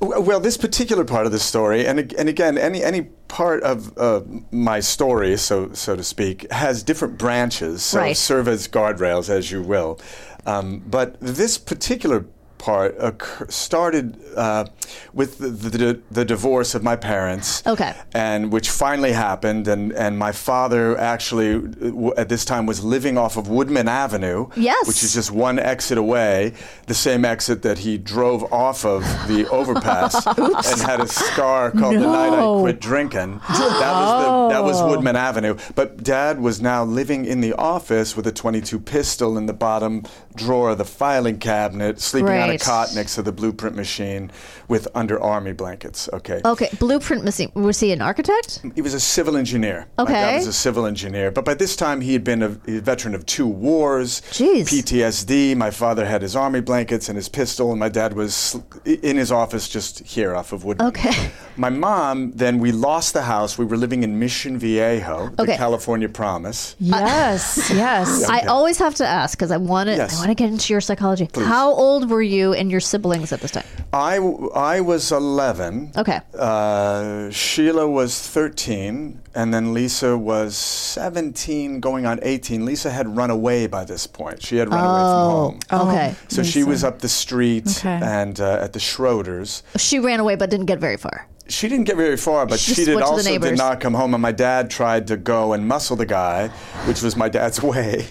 S7: W- Well, this particular part of the story, and, ag- and again, any, any part of uh, my story, so, so to speak, has different branches, so
S3: Right.
S7: serve as guardrails as you will. Um, but this particular part occur- started uh, with the, the, the divorce of my parents
S3: Okay.
S7: and which finally happened. And, and my father actually, uh, w- at this time, was living off of Woodman Avenue,
S3: Yes.
S7: which is just one exit away, the same exit that he drove off of the overpass and had a scar called "The Night I Quit Drinking." That was the, that
S3: Oh.
S7: was Woodman Avenue. But Dad was now living in the office with a 22 pistol in the bottom drawer of the filing cabinet, sleeping on a
S3: Right.
S7: cot next to the blueprint machine with under army blankets. Okay.
S3: Okay, blueprint machine. Was he an architect?
S7: He was a civil engineer. My
S3: Okay.
S7: dad was a civil engineer. But by this time, he had been a, a veteran of two wars,
S3: Jeez.
S7: PTSD. My father had his army blankets and his pistol, and my dad was sl- in his office just here off of Woodman.
S3: Okay.
S7: My mom, then we lost the house. We were living in Mission Viejo,
S3: Okay.
S7: the California Promise.
S2: yes, yes.
S3: uh, I always have to ask because I want to.
S7: Yes.
S3: I want to get into your psychology. How old were you and your siblings at this time?
S7: I, w- I was 11.
S3: Okay.
S7: Uh, Sheila was 13, and then Lisa was 17, going on 18. Lisa had run away by this point. She had run away from home.
S3: Oh, okay.
S7: So she was up the street
S2: Okay.
S7: and uh, at the Schroeder's.
S3: She ran away but didn't get very far.
S7: She didn't get very far, but
S3: She
S7: she did
S3: switched to the
S7: also did
S3: neighbors.
S7: not come home. And my dad tried to go and muscle the guy, which was my dad's way.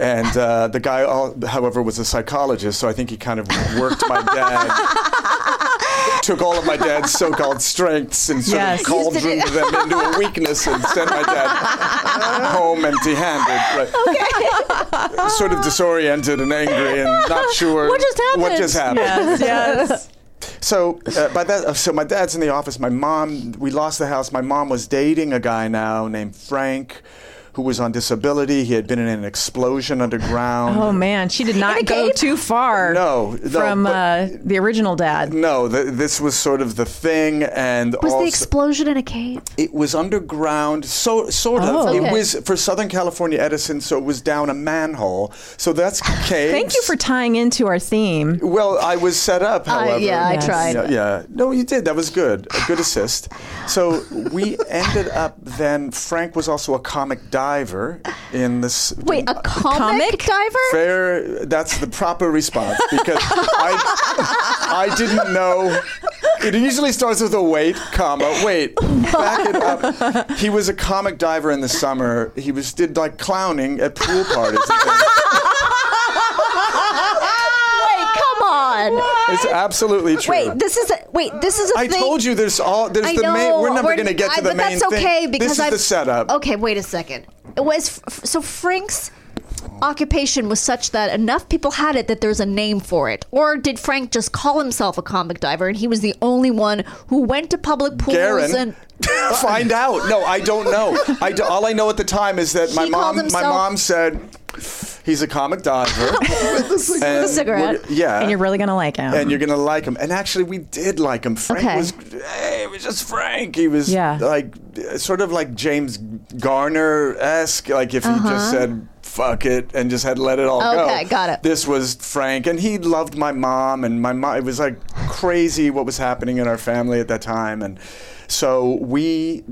S7: And uh, the guy, al- however, was a psychologist, so I think he kind of worked my dad. Took all of my dad's so-called strengths and sort
S2: Yes.
S7: of cauldroned them into a weakness and sent my dad home empty-handed, right? sort of disoriented and angry and not sure
S3: What just
S7: What just
S3: happened?
S7: happened?
S2: yes, yes.
S7: So uh, by that, uh, so my dad's in the office. My mom, we lost the house. My mom was dating a guy now named Frank, who was on disability. He had been in an explosion underground.
S2: Oh man, she did not go too far.
S7: No, no,
S2: from
S7: but-
S2: uh, the original dad.
S7: No, Oh, th this was sort of the thing, and
S3: Was the
S7: also-
S3: explosion in a cave?
S7: it was underground, so sort of.
S2: Oh.
S7: It
S2: Okay.
S7: was for Southern California Edison, so it was down a manhole. So that's caves.
S2: Thank you for tying into our theme.
S7: Well, I was set up. However,
S3: yeah, I
S2: Yes. tried.
S7: Yeah, yeah. no, you did. That was good. A good assist. So we ended up then. Frank was also a comic diver in this.
S3: Wait, a comic,
S2: comic?
S3: diver?
S7: Fair. That's the proper response because I, I didn't know. It usually starts with a wait, comma wait. Back it up. He was a comic diver in the summer. He was did like clowning at pool parties. and things.
S3: Wait, come on.
S7: It's absolutely true.
S3: Wait, this is a wait. This is a
S7: I
S3: thing.
S7: told you there's all there's
S3: I
S7: the
S3: know,
S7: main. We're never going to get
S3: I-
S7: to the
S3: but
S7: main
S3: that's okay
S7: thing.
S3: because
S7: this
S3: I've,
S7: is the setup.
S3: Okay, wait a second. It was f- so Frank's occupation was such that enough people had it that there's a name for it, or did Frank just call himself a comic diver and he was the only one who went to public pools
S7: Garen,
S3: and
S7: find out. No, I don't know. I do- all I know at the time is that my
S3: He
S7: mom.
S3: called
S7: My
S3: himself-
S7: mom said he's a comic diver. and we're-
S3: cigarette.
S7: Yeah.
S2: And you're really gonna like him.
S7: Uh, And you're gonna like him. And actually, we did like him. Frank
S3: Okay.
S7: was, hey, it was just Frank. He was
S2: Yeah.
S7: like, sort of like James Garner esque. Like if he just said fuck it and just had let it all go.
S3: Okay, got it.
S7: This was Frank, and he loved my mom, and my mom. It was like crazy what was happening in our family at that time, and so we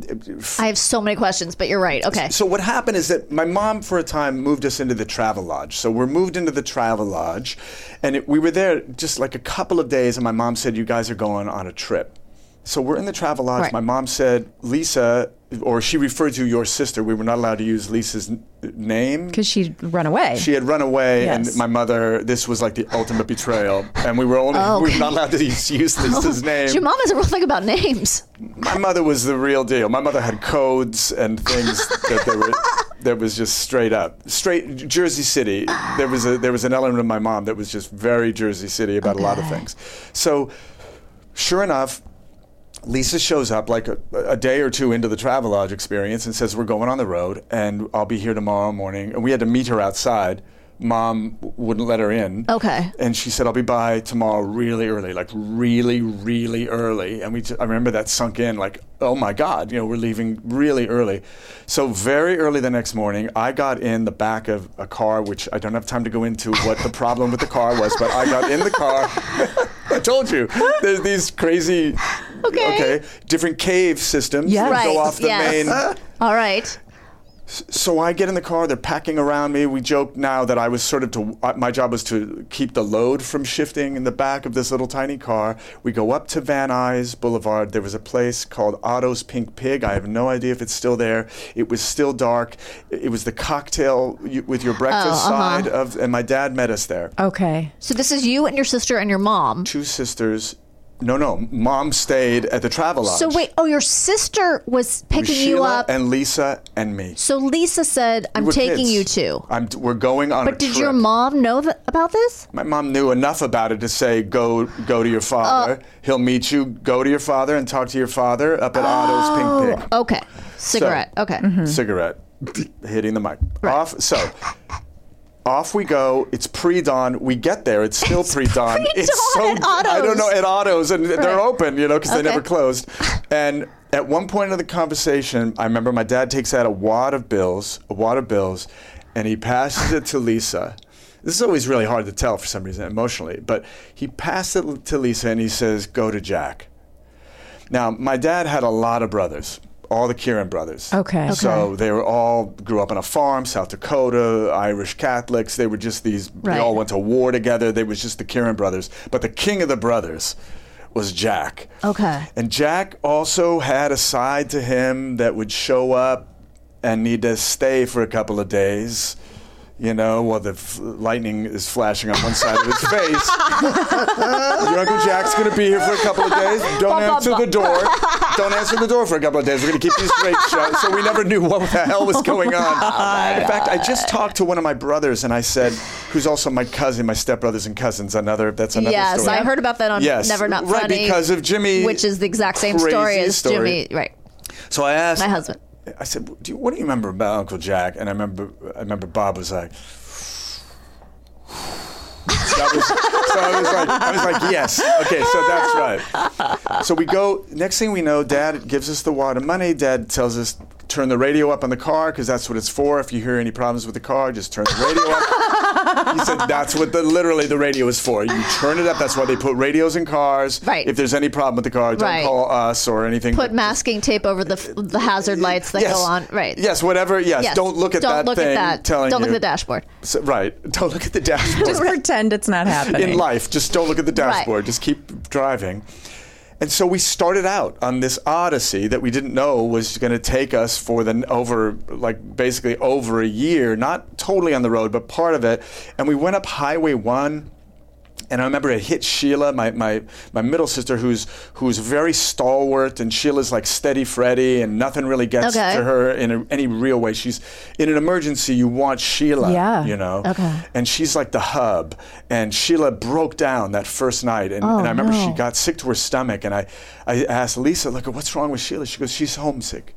S3: I have so many questions, but you're right. Okay,
S7: so what happened is that my mom, for a time, moved us into the travel lodge. So we're moved into the travel lodge, and it, we were there just like a couple of days. And my mom said, "You guys are going on a trip." So we're in the travel lodge.
S3: Right.
S7: My mom said, "Lisa," or she referred to your sister. We were not allowed to use Lisa's n- name
S2: Because she'd run away.
S7: she had run away,
S2: Yes.
S7: and my mother. This was like the ultimate betrayal, and we were only
S3: Oh,
S7: we were not allowed to use, use Lisa's name.
S3: your mom has a real thing about names.
S7: my mother was the real deal. My mother had codes and things that they were. That was just straight up, straight Jersey City. There was a there was an element of my mom that was just very Jersey City about a lot of things. So, sure enough, Lisa shows up like a, a day or two into the Travelodge experience and says, We're going on the road and I'll be here tomorrow morning. And we had to meet her outside. Mom w- wouldn't let her in.
S3: Okay.
S7: And she said, I'll be by tomorrow really early, like really, really early. And we t- I remember that sunk in like, oh my God, you know, we're leaving really early. So, very early the next morning, I got in the back of a car, which I don't have time to go into what the problem with the car was, but I got in the car. I told you, there's these crazy
S3: Okay.
S7: different cave systems
S2: Yeah.
S7: that
S3: Right,
S7: go off the
S3: yes.
S7: main.
S3: All right.
S7: So I get in the car. They're packing around me. We joke now that I was sort of to. uh, My job was to keep the load from shifting in the back of this little tiny car. We go up to Van Nuys Boulevard. There was a place called Otto's Pink Pig. I have no idea if it's still there. It was still dark. It was the cocktail you- with your breakfast side of, and my dad met us there.
S2: okay.
S3: So this is you and your sister and your mom.
S7: Two sisters. No, no. Mom stayed at the Travelodge.
S3: So wait, oh, your sister was
S7: It was
S3: picking you
S7: Sheila
S3: up.
S7: and Lisa and me.
S3: so Lisa said, "I'm
S7: We're
S3: taking
S7: kids.
S3: you to."
S7: I'm, we're going on. a
S3: But did your
S7: trip.
S3: mom know th- about this?
S7: My mom knew enough about it to say, "Go, go to your father.
S3: Uh,
S7: He'll meet you. Go to your father and talk to your father
S3: Uh,
S7: up at Otto's Pink Pig."
S3: Oh,
S7: mm-hmm.
S3: Okay. Cigarette. okay.
S7: Cigarette, hitting the mic. Off. So. Off we go. It's pre-dawn. We get there. It's still pre-dawn. It's so
S3: pre-dawn at
S7: I don't know
S3: Otto's.
S7: at Autos, and they're open, you know, because
S3: Okay.
S7: they never closed. And at one point in the conversation, I remember my dad takes out a wad of bills, a wad of bills, and he passes it to Lisa. This is always really hard to tell for some reason emotionally, but he passed it to Lisa and he says, "Go to Jack." Now, my dad had a lot of brothers, all the Kieran brothers.
S2: Okay. Okay.
S7: So they were all grew up on a farm, South Dakota, Irish Catholics. They were just these.
S3: Right.
S7: They all went to war together. They was just the Kieran brothers. But the king of the brothers was Jack.
S3: Okay.
S7: And Jack also had a side to him that would show up and need to stay for a couple of days. You know, while the f- lightning is flashing on one side of his face. Your Uncle Jack's going to be here for a couple of days. Don't answer the door. Don't answer the door for a couple of days. We're going to keep these straight shut. So we never knew what the hell was going on.
S3: Oh,
S7: in fact, I just talked to one of my brothers and I said, who's also my cousin, my stepbrothers and cousins. Another, that's another
S3: yes,
S7: story.
S3: I heard about that on
S7: Yes,
S3: Never Not
S7: right,
S3: Funny.
S7: because of Jimmy-
S3: which is the exact same story
S7: crazy
S3: as
S7: story.
S3: Jimmy. Right.
S7: So I asked
S3: My husband.
S7: I said, do you, "What do you remember about Uncle Jack?" And I remember, I remember Bob was like. so, I was, so I was like, I was like, yes, okay, so that's right. So we go. Next thing we know, Dad gives us the wad of money. Dad tells us turn the radio up on the car because that's what it's for. If you hear any problems with the car, just turn the radio up. He said that's what the literally the radio is for. You turn it up. That's why they put radios in cars.
S3: Right.
S7: If there's any problem with the car, don't
S3: Right.
S7: call us or anything.
S3: Put masking tape over the, f- the hazard lights that
S7: Yes.
S3: go on. Right.
S7: Yes, whatever. Yes,
S3: Yes.
S7: don't look at
S3: Don't
S7: that
S3: look at
S7: thing.
S3: that.
S7: Telling
S3: Don't
S7: you.
S3: look at the dashboard.
S7: So- right. Don't look at the dashboard.
S2: Just pretend it's not happening.
S7: in life, just don't look at the
S3: Right.
S7: dashboard. Just keep driving. And so we started out on this odyssey that we didn't know was going to take us for the over, like basically over a year, not totally on the road, but part of it. And we went up Highway 1. And I remember it hit Sheila, my, my, my middle sister, who's, who's very stalwart, and Sheila's like steady Freddy, and nothing really gets
S3: Okay.
S7: to her in a, any real way. She's in an emergency, you want Sheila,
S2: Yeah.
S7: you know?
S3: Okay.
S7: and she's like the hub. And Sheila broke down that first night, and, and I remember she
S3: Oh,
S7: got sick to her stomach. And I, I asked Lisa, "Look, what's wrong with Sheila?" She goes, "She's homesick."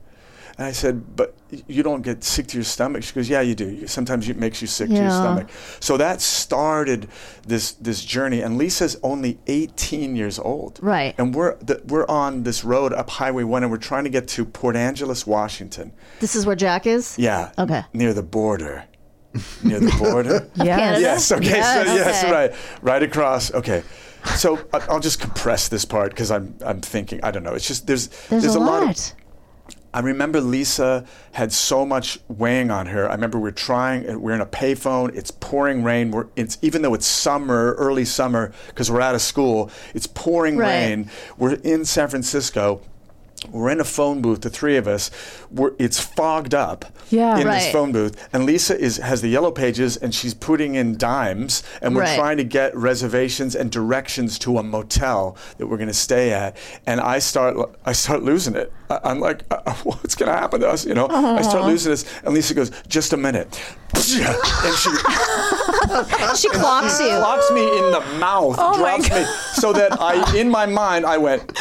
S7: And I said, "But y- you don't get sick to your stomach." She goes, "Yeah, you do. You- Sometimes it makes you sick to your
S3: Yeah.
S7: stomach." So that started this this journey. And Lisa's only 18 years old,
S3: Right.
S7: And we're the, we're on this road up Highway One, and we're trying to get to Port Angeles, Washington.
S3: This is where Jack is?
S7: Yeah.
S3: Okay.
S7: Near the border. Near the border.
S2: Yes.
S3: Canada?
S7: Yes. Okay.
S3: Yes,
S7: So yes,
S3: okay.
S7: right, right across. Okay. So I- I'll just compress this part because I'm I'm thinking I don't know. It's just there's
S3: There's, a, lot.
S7: of, I remember Lisa had so much weighing on her. I remember we're trying, uh, we're in a payphone, it's pouring rain. We're, it's, even though it's summer, early summer, because we're out of school, it's pouring
S3: Right.
S7: rain. We're in San Francisco. We're in a phone booth, the three of us. We're, it's fogged up
S2: Yeah.
S7: in
S3: Right.
S7: this phone booth. And Lisa is, has the yellow pages and she's putting in dimes. And we're
S3: Right.
S7: trying to get reservations and directions to a motel that we're going to stay at. And I start, I start losing it. I, I'm like, uh, what's going to happen to us? You know, I start losing this. And Lisa goes, just a minute. and she
S3: She clocks you.
S7: locks me in the mouth, drops me, so that I, in my mind, I went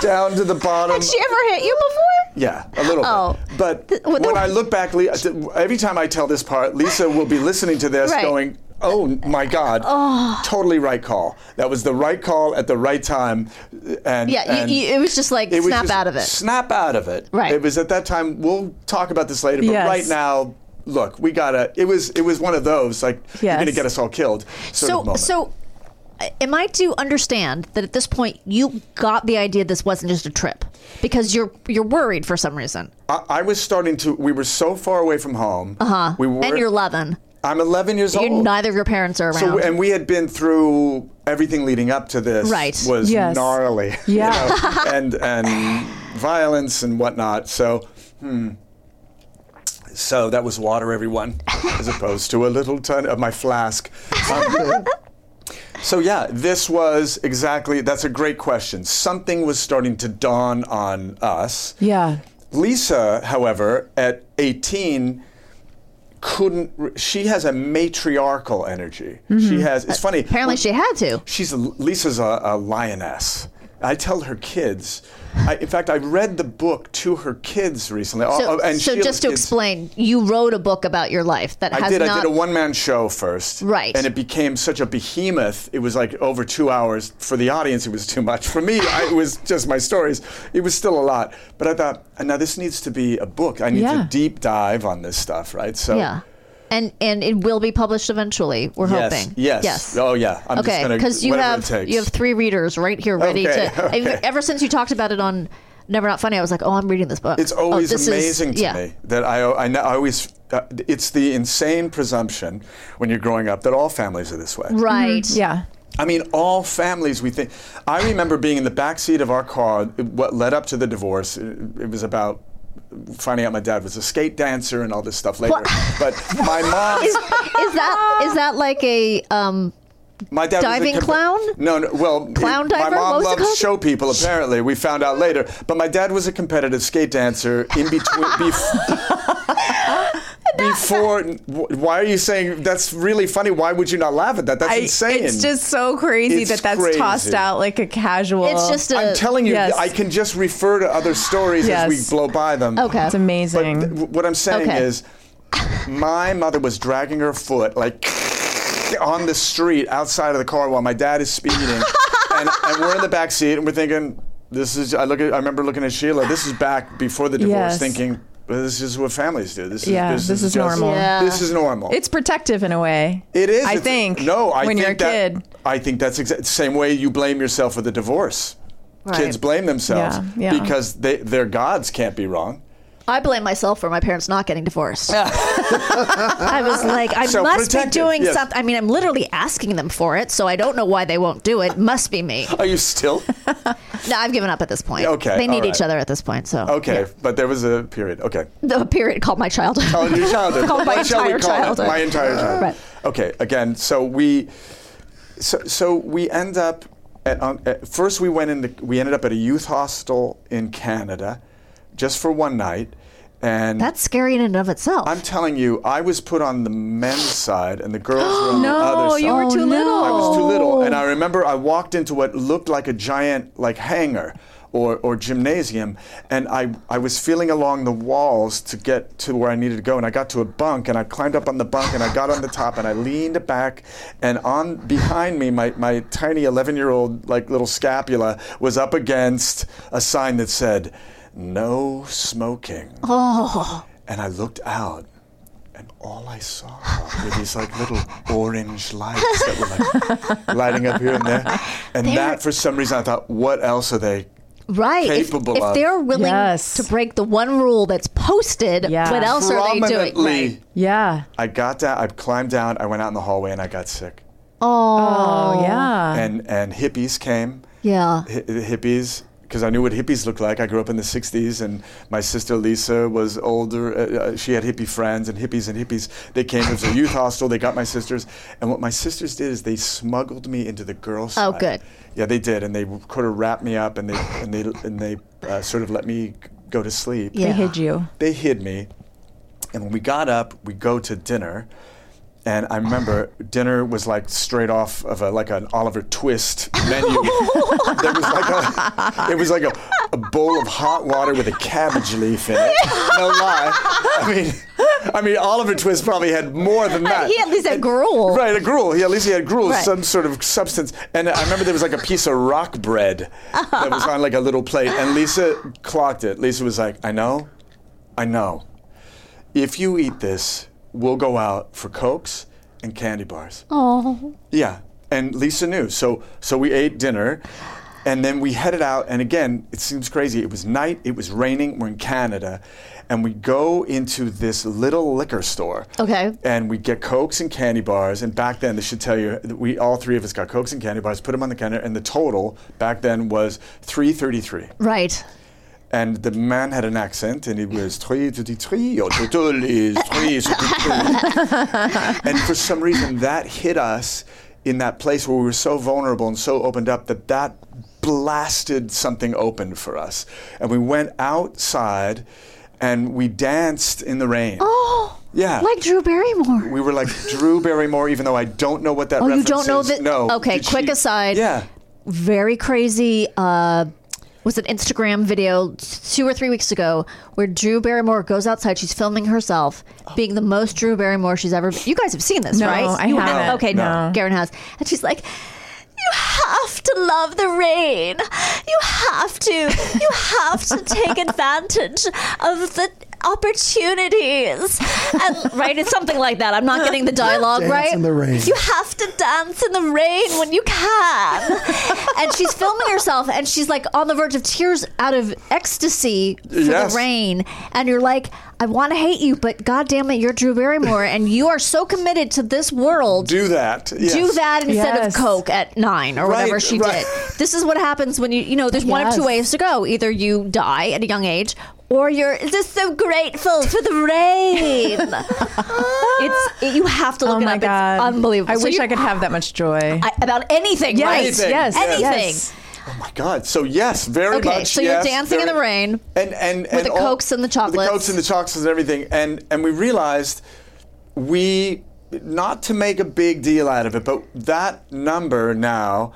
S7: down to the bottom.
S3: Had she ever hit you before?
S7: Yeah, a little
S3: Oh.
S7: bit. But
S3: Th- well,
S7: when
S3: the-
S7: I look back, Lee, every time I tell this part, Lisa will be listening to this
S3: Right. Oh.
S7: going, Oh my God! Totally right call. That was the right call at the right time, and
S3: Yeah,
S7: and
S3: you, you, it was just like
S7: it was
S3: snap
S7: just
S3: out of it.
S7: Snap out of it.
S3: Right.
S7: It was at that time. We'll talk about this later, but
S2: Yes.
S7: right now, look, we gotta. It was it was one of those like you're
S2: Yes.
S7: gonna get us all killed. Sort of
S3: So,
S7: moment.
S3: so uh, am I to understand that at this point you got the idea this wasn't just a trip because you're you're worried for some reason
S7: I, I was starting to. We were so far away from home. Uh huh. We were.
S3: Uh-huh. and you're 11.
S7: I'm 11 years
S3: You're
S7: old.
S3: neither of your parents are around.
S7: So, and we had been through everything leading up to this.
S3: Right.
S7: Was
S2: Yes.
S7: gnarly. you
S2: Yeah.
S7: know, and and violence and whatnot. So, hmm. So Oh, that was water, everyone, as opposed to a little ton of my flask. Um, so yeah, this was exactly. That's a great question. Something was starting to dawn on us.
S2: Yeah.
S7: Lisa, however, at 18, couldn't. re- She has a matriarchal energy.
S3: Mm-hmm.
S7: She has. It's funny.
S3: Apparently,
S7: when-
S3: she had to.
S7: She's a, Lisa's a, a lioness. I tell her kids. I, in fact, I read the book to her kids recently. Oh,
S3: So,
S7: oh, and
S3: so
S7: Sheila's
S3: just to
S7: kids.
S3: explain, you wrote a book about your life that
S7: I
S3: has
S7: did.
S3: not.
S7: I did a one-man show first,
S3: Right.
S7: And it became such a behemoth. It was like over two hours for the audience. It was too much for me. I, it was just my stories. It was still a lot, but I thought now this needs to be a book. I need
S2: Yeah.
S7: to deep dive on this stuff, right? So
S3: yeah, and and it will be published eventually. We're
S7: Yes,
S3: hoping.
S7: yes. Oh, yeah. I'm just
S3: okay,
S7: gonna-
S3: because you
S7: whatever it
S3: have
S7: takes.
S3: you have three readers right here ready
S7: Okay,
S3: to.
S7: okay.
S3: ev- Ever since you talked about it on Never Not Funny, I was like, oh, I'm reading this book.
S7: It's
S3: Oh,
S7: always
S3: this is-
S7: amazing to
S3: yeah.
S7: me that I, I, know- I always, uh, it's the insane presumption when you're growing up that all families are this way.
S3: Right.
S2: Yeah.
S7: I mean, all families we think. I remember being in the back seat of our car. What led up to the divorce? It, it was about finding out my dad was a skate dancer and all this stuff later. But my mom,
S3: Is that is that like a um?
S7: my dad
S3: diving
S7: was a
S3: clown?
S7: No, no, well,
S3: Clown
S7: it- my
S3: diver? What
S7: mom
S3: was it
S7: loves
S3: called?
S7: show people. Apparently, we found out later. But my dad was a competitive skate dancer in between. bef- before. wh- Why are you saying that's really funny? Why would you not laugh at that? That's
S2: I,
S7: insane.
S2: it's just so crazy
S7: It's
S2: that that's
S7: crazy.
S2: tossed out like a casual.
S3: It's just a.
S7: I'm telling you,
S2: yes.
S7: I can just refer to other stories as
S2: Yes.
S7: we blow by them.
S3: Okay.
S2: it's amazing.
S7: But th- what I'm saying
S3: Okay.
S7: is, my mother was dragging her foot like on the street outside of the car while my dad is speeding, and, and we're in the back seat and we're thinking, "This is." I look. At, I remember looking at Sheila. This is back before the divorce,
S2: Yes.
S7: thinking. "Well, This is what families do. This is
S2: Yeah, this is
S7: just-
S2: normal.
S3: Yeah.
S7: This is normal.
S2: it's protective in a way.
S7: It is.
S2: I
S7: It's-
S2: think.
S7: No, I
S2: when
S7: think
S2: you're a
S7: that,
S2: kid.
S7: I think that's exa- the same way you blame yourself for the divorce. Kids blame themselves
S2: Yeah, yeah.
S7: because they, their gods can't be wrong.
S3: I blame myself for my parents not getting divorced. I was like, I
S7: So
S3: must
S7: protective,
S3: be doing
S7: yes.
S3: something. I mean, I'm literally asking them for it, so I don't know why they won't do it. Must be me.
S7: Are you still
S3: No, I've given up at this point.
S7: Okay,
S3: They need
S7: all
S3: each
S7: right. Oh.
S3: other at this point, so.
S7: okay? But there was a period. Okay.
S3: The period called my childhood.
S7: Oh, your childhood.
S3: Called my
S7: What shall we
S3: entire
S7: call
S3: childhood.
S7: It? My entire childhood.
S3: Right.
S7: Okay. Again, so we, so, so we end up at, um, at first we went into we ended up at a youth hostel in Canada, just for one night, and
S3: That's scary in and of itself.
S7: I'm telling you, I was put on the men's side and the girls were on the other
S2: No,
S7: side.
S2: you were too little.
S7: I was too little, and I remember I walked into what looked like a giant like hangar or, or gymnasium, and I, I was feeling along the walls to get to where I needed to go, and I got to a bunk, and I climbed up on the bunk, and I got on the top, and I leaned back, and on behind me, my, my tiny 11 year old like little scapula was up against a sign that said, "No smoking." And I looked out, and all I saw were these like little orange lights that were like lighting up here and there. And that, for some reason, I thought, what else are they?
S3: right. If,
S7: capable
S3: if
S7: of.
S3: they're willing
S2: Yes.
S3: to break the one rule that's posted,
S2: Yeah.
S3: what else are they doing?
S7: Prominently,
S3: Right.
S2: yeah.
S7: I got down. I climbed down. I went out in the hallway, and I got sick.
S2: Oh, yeah.
S7: and and hippies came.
S3: Yeah.
S7: hi- hippies because I knew what hippies looked like. I grew up in the 60s, and my sister Lisa was older. Uh, uh, she had hippie friends, and hippies and hippies. They came. It was a youth hostel. They got my sisters, and what my sisters did is they smuggled me into the girls'
S3: Oh,
S7: side.
S3: good.
S7: Yeah, they did, and they sort of wrapped me up, and they and they and they uh, sort of let me go to sleep
S3: Yeah.
S2: They hid you.
S7: they hid me. And when we got up, we go to dinner. And I remember dinner was like straight off of a, like an Oliver Twist menu. there was like a, it was like a, a bowl of hot water with a cabbage leaf in it. No lie. I mean, I mean Oliver Twist probably had more than that.
S3: He at least had gruel.
S7: Right, a gruel. He at least he had gruel,
S3: Right.
S7: some sort of substance. And I remember there was like a piece of rock bread that was on like a little plate. And Lisa clocked it. Lisa was like, "I know, I know. If you eat this, we'll go out for cokes and candy bars." Oh. Yeah, and Lisa knew. So so we ate dinner. And then we headed out, and again, it seems crazy. It was night, it was raining, we're in Canada, and we go into this little liquor store
S3: Okay.
S7: and we get cokes and candy bars. And back then, they should tell you that we all three of us got cokes and candy bars, put them on the counter, and the total back then was three thirty-three.
S3: Right.
S7: And the man had an accent, and it was three thirty-three. Your total is three thirty-three. And for some reason, that hit us in that place where we were so vulnerable and so opened up that that blasted something open for us. And we went outside, and we danced in the rain.
S3: Oh,
S7: yeah,
S3: like Drew Barrymore.
S7: we were like Drew Barrymore, even though I don't know what that.
S3: Oh, you
S7: reference
S3: don't know
S7: is.
S3: that- Oh,
S7: No.
S3: okay,
S7: Did
S3: quick aside.
S7: Yeah.
S3: very crazy uh was an Instagram video two or three weeks ago where Drew Barrymore goes outside. She's filming herself being the most Drew Barrymore she's ever. You guys have seen this,
S2: No,
S3: right?
S2: I
S3: You
S2: haven't.
S3: have? Okay,
S7: No.
S3: Garen has, and she's like, "You have to love the rain. You have to. You have to take advantage of the." opportunities and right it's something like that i'm not getting the dialogue
S5: Dance
S3: right
S5: in the rain.
S3: you have to dance in the rain when you can. and she's filming herself and she's like on the verge of tears out of ecstasy for
S7: Yes.
S3: the rain. And you're like, I want to hate you, but God damn it, you're Drew Barrymore and you are so committed to this world.
S7: Do that. Yes.
S3: Do that instead
S2: Yes.
S3: of Coke at nine or
S7: Right,
S3: whatever she
S7: right.
S3: did. This is what happens when you, you know, there's one of
S2: Yes.
S3: two ways to go. Either you die at a young age or you're just so grateful for the rain. it's, you have to look
S2: Oh
S3: it
S2: my
S3: up.
S2: god.
S3: It's unbelievable.
S2: I
S3: So
S2: wish
S3: you-
S2: I could have that much joy.
S3: I, about anything, right?
S7: Anything.
S2: Yes.
S3: Anything.
S2: Yes.
S7: Oh my God! So yes, very
S3: Okay,
S7: much.
S3: so you're
S7: yes,
S3: dancing in
S7: very-
S3: the rain
S7: and and, and
S3: the
S7: all-
S3: Cokes and the
S7: with
S3: chocolates.
S7: the cokes and the chocolates and everything, and and we realized we not to make a big deal out of it, but that number now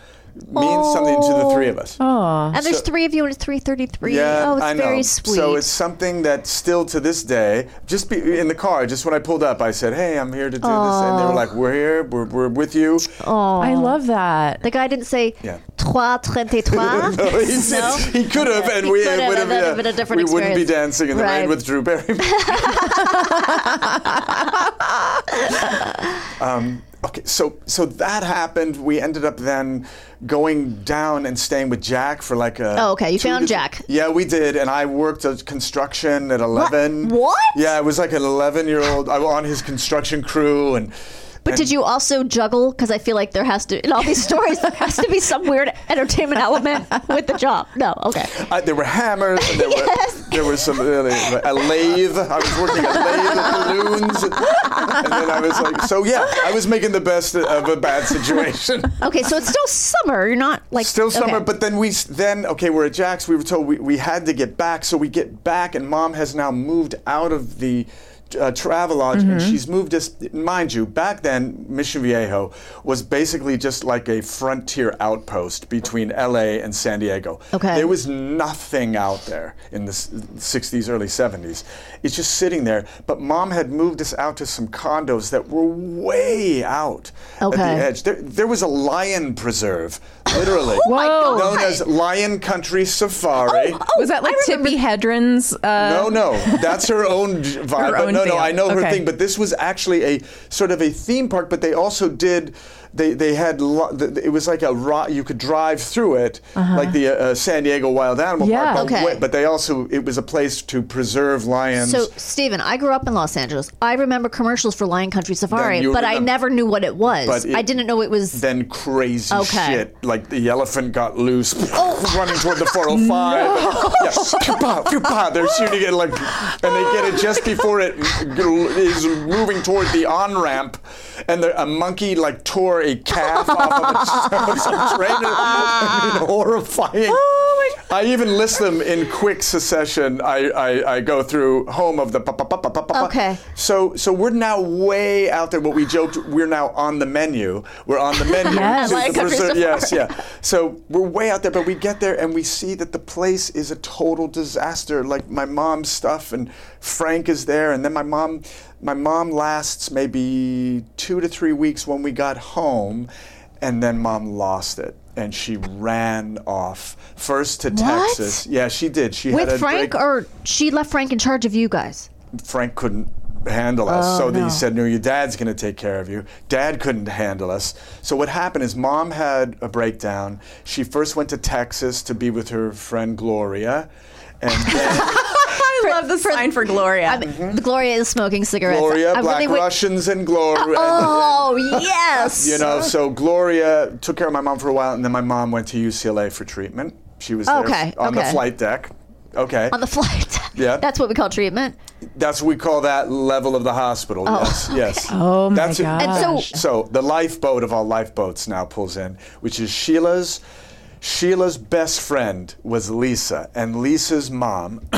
S7: means something
S2: Oh.
S7: to the three of us.
S3: and there's
S7: So-
S3: three of you and it's 333.
S7: Yeah,
S3: oh, it's
S7: I know.
S3: very sweet.
S7: So it's something that still to this day, just be, in the car, just when I pulled up, I said, "Hey, I'm here to do this," and they were like, "We're here, we're, we're with you."
S2: I love that.
S3: the guy didn't say
S7: Yeah.
S3: trois trente-trois.
S7: No, he, he could have, and we,
S3: could have,
S7: would have,
S3: it would have
S7: yeah,
S3: been a different
S7: we wouldn't be
S3: experience.
S7: dancing in the
S3: Right.
S7: rain with Drew Barrymore. um, okay, so so that happened. We ended up then going down and staying with Jack for like a.
S3: Oh, okay, you
S7: two
S3: found
S7: to-
S3: Jack.
S7: Yeah, we did, and I worked at construction at eleven.
S3: What?
S7: Yeah, I was like an eleven-year-old. I was on his construction crew, and
S3: But did you also juggle? Because I feel like there has to, in all these stories, there has to be some weird entertainment element with the job. No, okay.
S7: I, Uh, there were hammers. And there were there was some uh, a lathe. I was working a lathe of balloons, and, then I was like, so yeah, I was making the best of a bad situation.
S3: Okay, so it's still summer. You're not like
S7: Still summer,
S3: okay.
S7: but then we s- then okay, we're at Jack's. We were told we, we had to get back, so we get back, and Mom has now moved out of the. Uh, Travelodge, and she's moved us. Mind you, back then, Mission Viejo was basically just like a frontier outpost between LA and San Diego.
S3: Okay.
S7: There was nothing out there in the s- 60s, early 70s. It's just sitting there. But mom had moved us out to some condos that were way out at
S3: Okay.
S7: the edge. There, there was a lion preserve, literally.
S2: my Whoa.
S7: Known as Lion Country Safari.
S2: was that like Tippy Hedren's? Uh,
S7: No, no, that's her own j- vibe.
S2: Her
S7: but
S2: own
S7: no,
S2: deal.
S7: no, I know her
S2: Okay.
S7: thing. But this was actually a sort of a theme park. But they also did. They they had lo- th- th- it was like a ro- you could drive through it like the uh, uh, San Diego Wild Animal
S2: Yeah.
S7: Park. But,
S3: Okay.
S7: wa- but they also it was a place to preserve lions.
S3: So, Stephen, I grew up in Los Angeles. I remember commercials for Lion Country Safari,
S7: Then you
S3: but I
S7: remember-
S3: never knew what it was.
S7: But it-
S3: I didn't know it was.
S7: then crazy
S3: Okay.
S7: shit like the elephant got loose running toward the 405 yeah. Phew, pow, phew, pow. Ah, they're shooting it like and they get it just before it is moving toward the on-ramp and the- a monkey like tore a calf off of a, some trainer I mean, horrifying
S2: Oh my
S7: I even list them in quick succession. I, I, I go through home of the pa- pa- pa- pa- pa- pa- pa.
S3: Okay.
S7: So so we're now way out there. What we joked, we're now on the menu. We're on the menu.
S2: Yes.
S7: which
S3: Like
S7: is the
S3: a
S7: preser-
S3: Christopher.
S7: yes, yeah. So we're way out there, but we get there and we see that the place is a total disaster. Like my mom's stuff and Frank is there, and then my mom, my mom lasts maybe two to three weeks when we got home, and then mom lost it. And she ran off first to Texas. Yeah, she did. She had
S3: with
S7: a
S3: Frank,
S7: break-
S3: or she left Frank in charge of you guys. Oh,
S7: Frank couldn't handle us. so they said, No, your dad's going to take care of you. Dad couldn't handle us. So what happened is mom had a breakdown. She first went to Texas to be with her friend Gloria. And then Mm-hmm.
S2: I love the sign for Gloria.
S3: I mean, Gloria is smoking cigarettes.
S7: Gloria,
S3: I
S7: Black
S3: really would-
S7: Russians, and Gloria.
S3: Oh yes.
S7: You know, so Gloria took care of my mom for a while, and then my mom went to UCLA for treatment. She was there
S3: Okay,
S7: on the
S3: okay.
S7: flight deck. Okay.
S3: on the flight.
S7: Yeah.
S3: That's what we call treatment.
S7: That's what we call that level of the hospital. yes, yes.
S2: Oh, my
S7: That's
S2: gosh.
S3: And so-
S7: so the lifeboat of all lifeboats now pulls in, which is Sheila's. Sheila's best friend was Lisa, and Lisa's mom.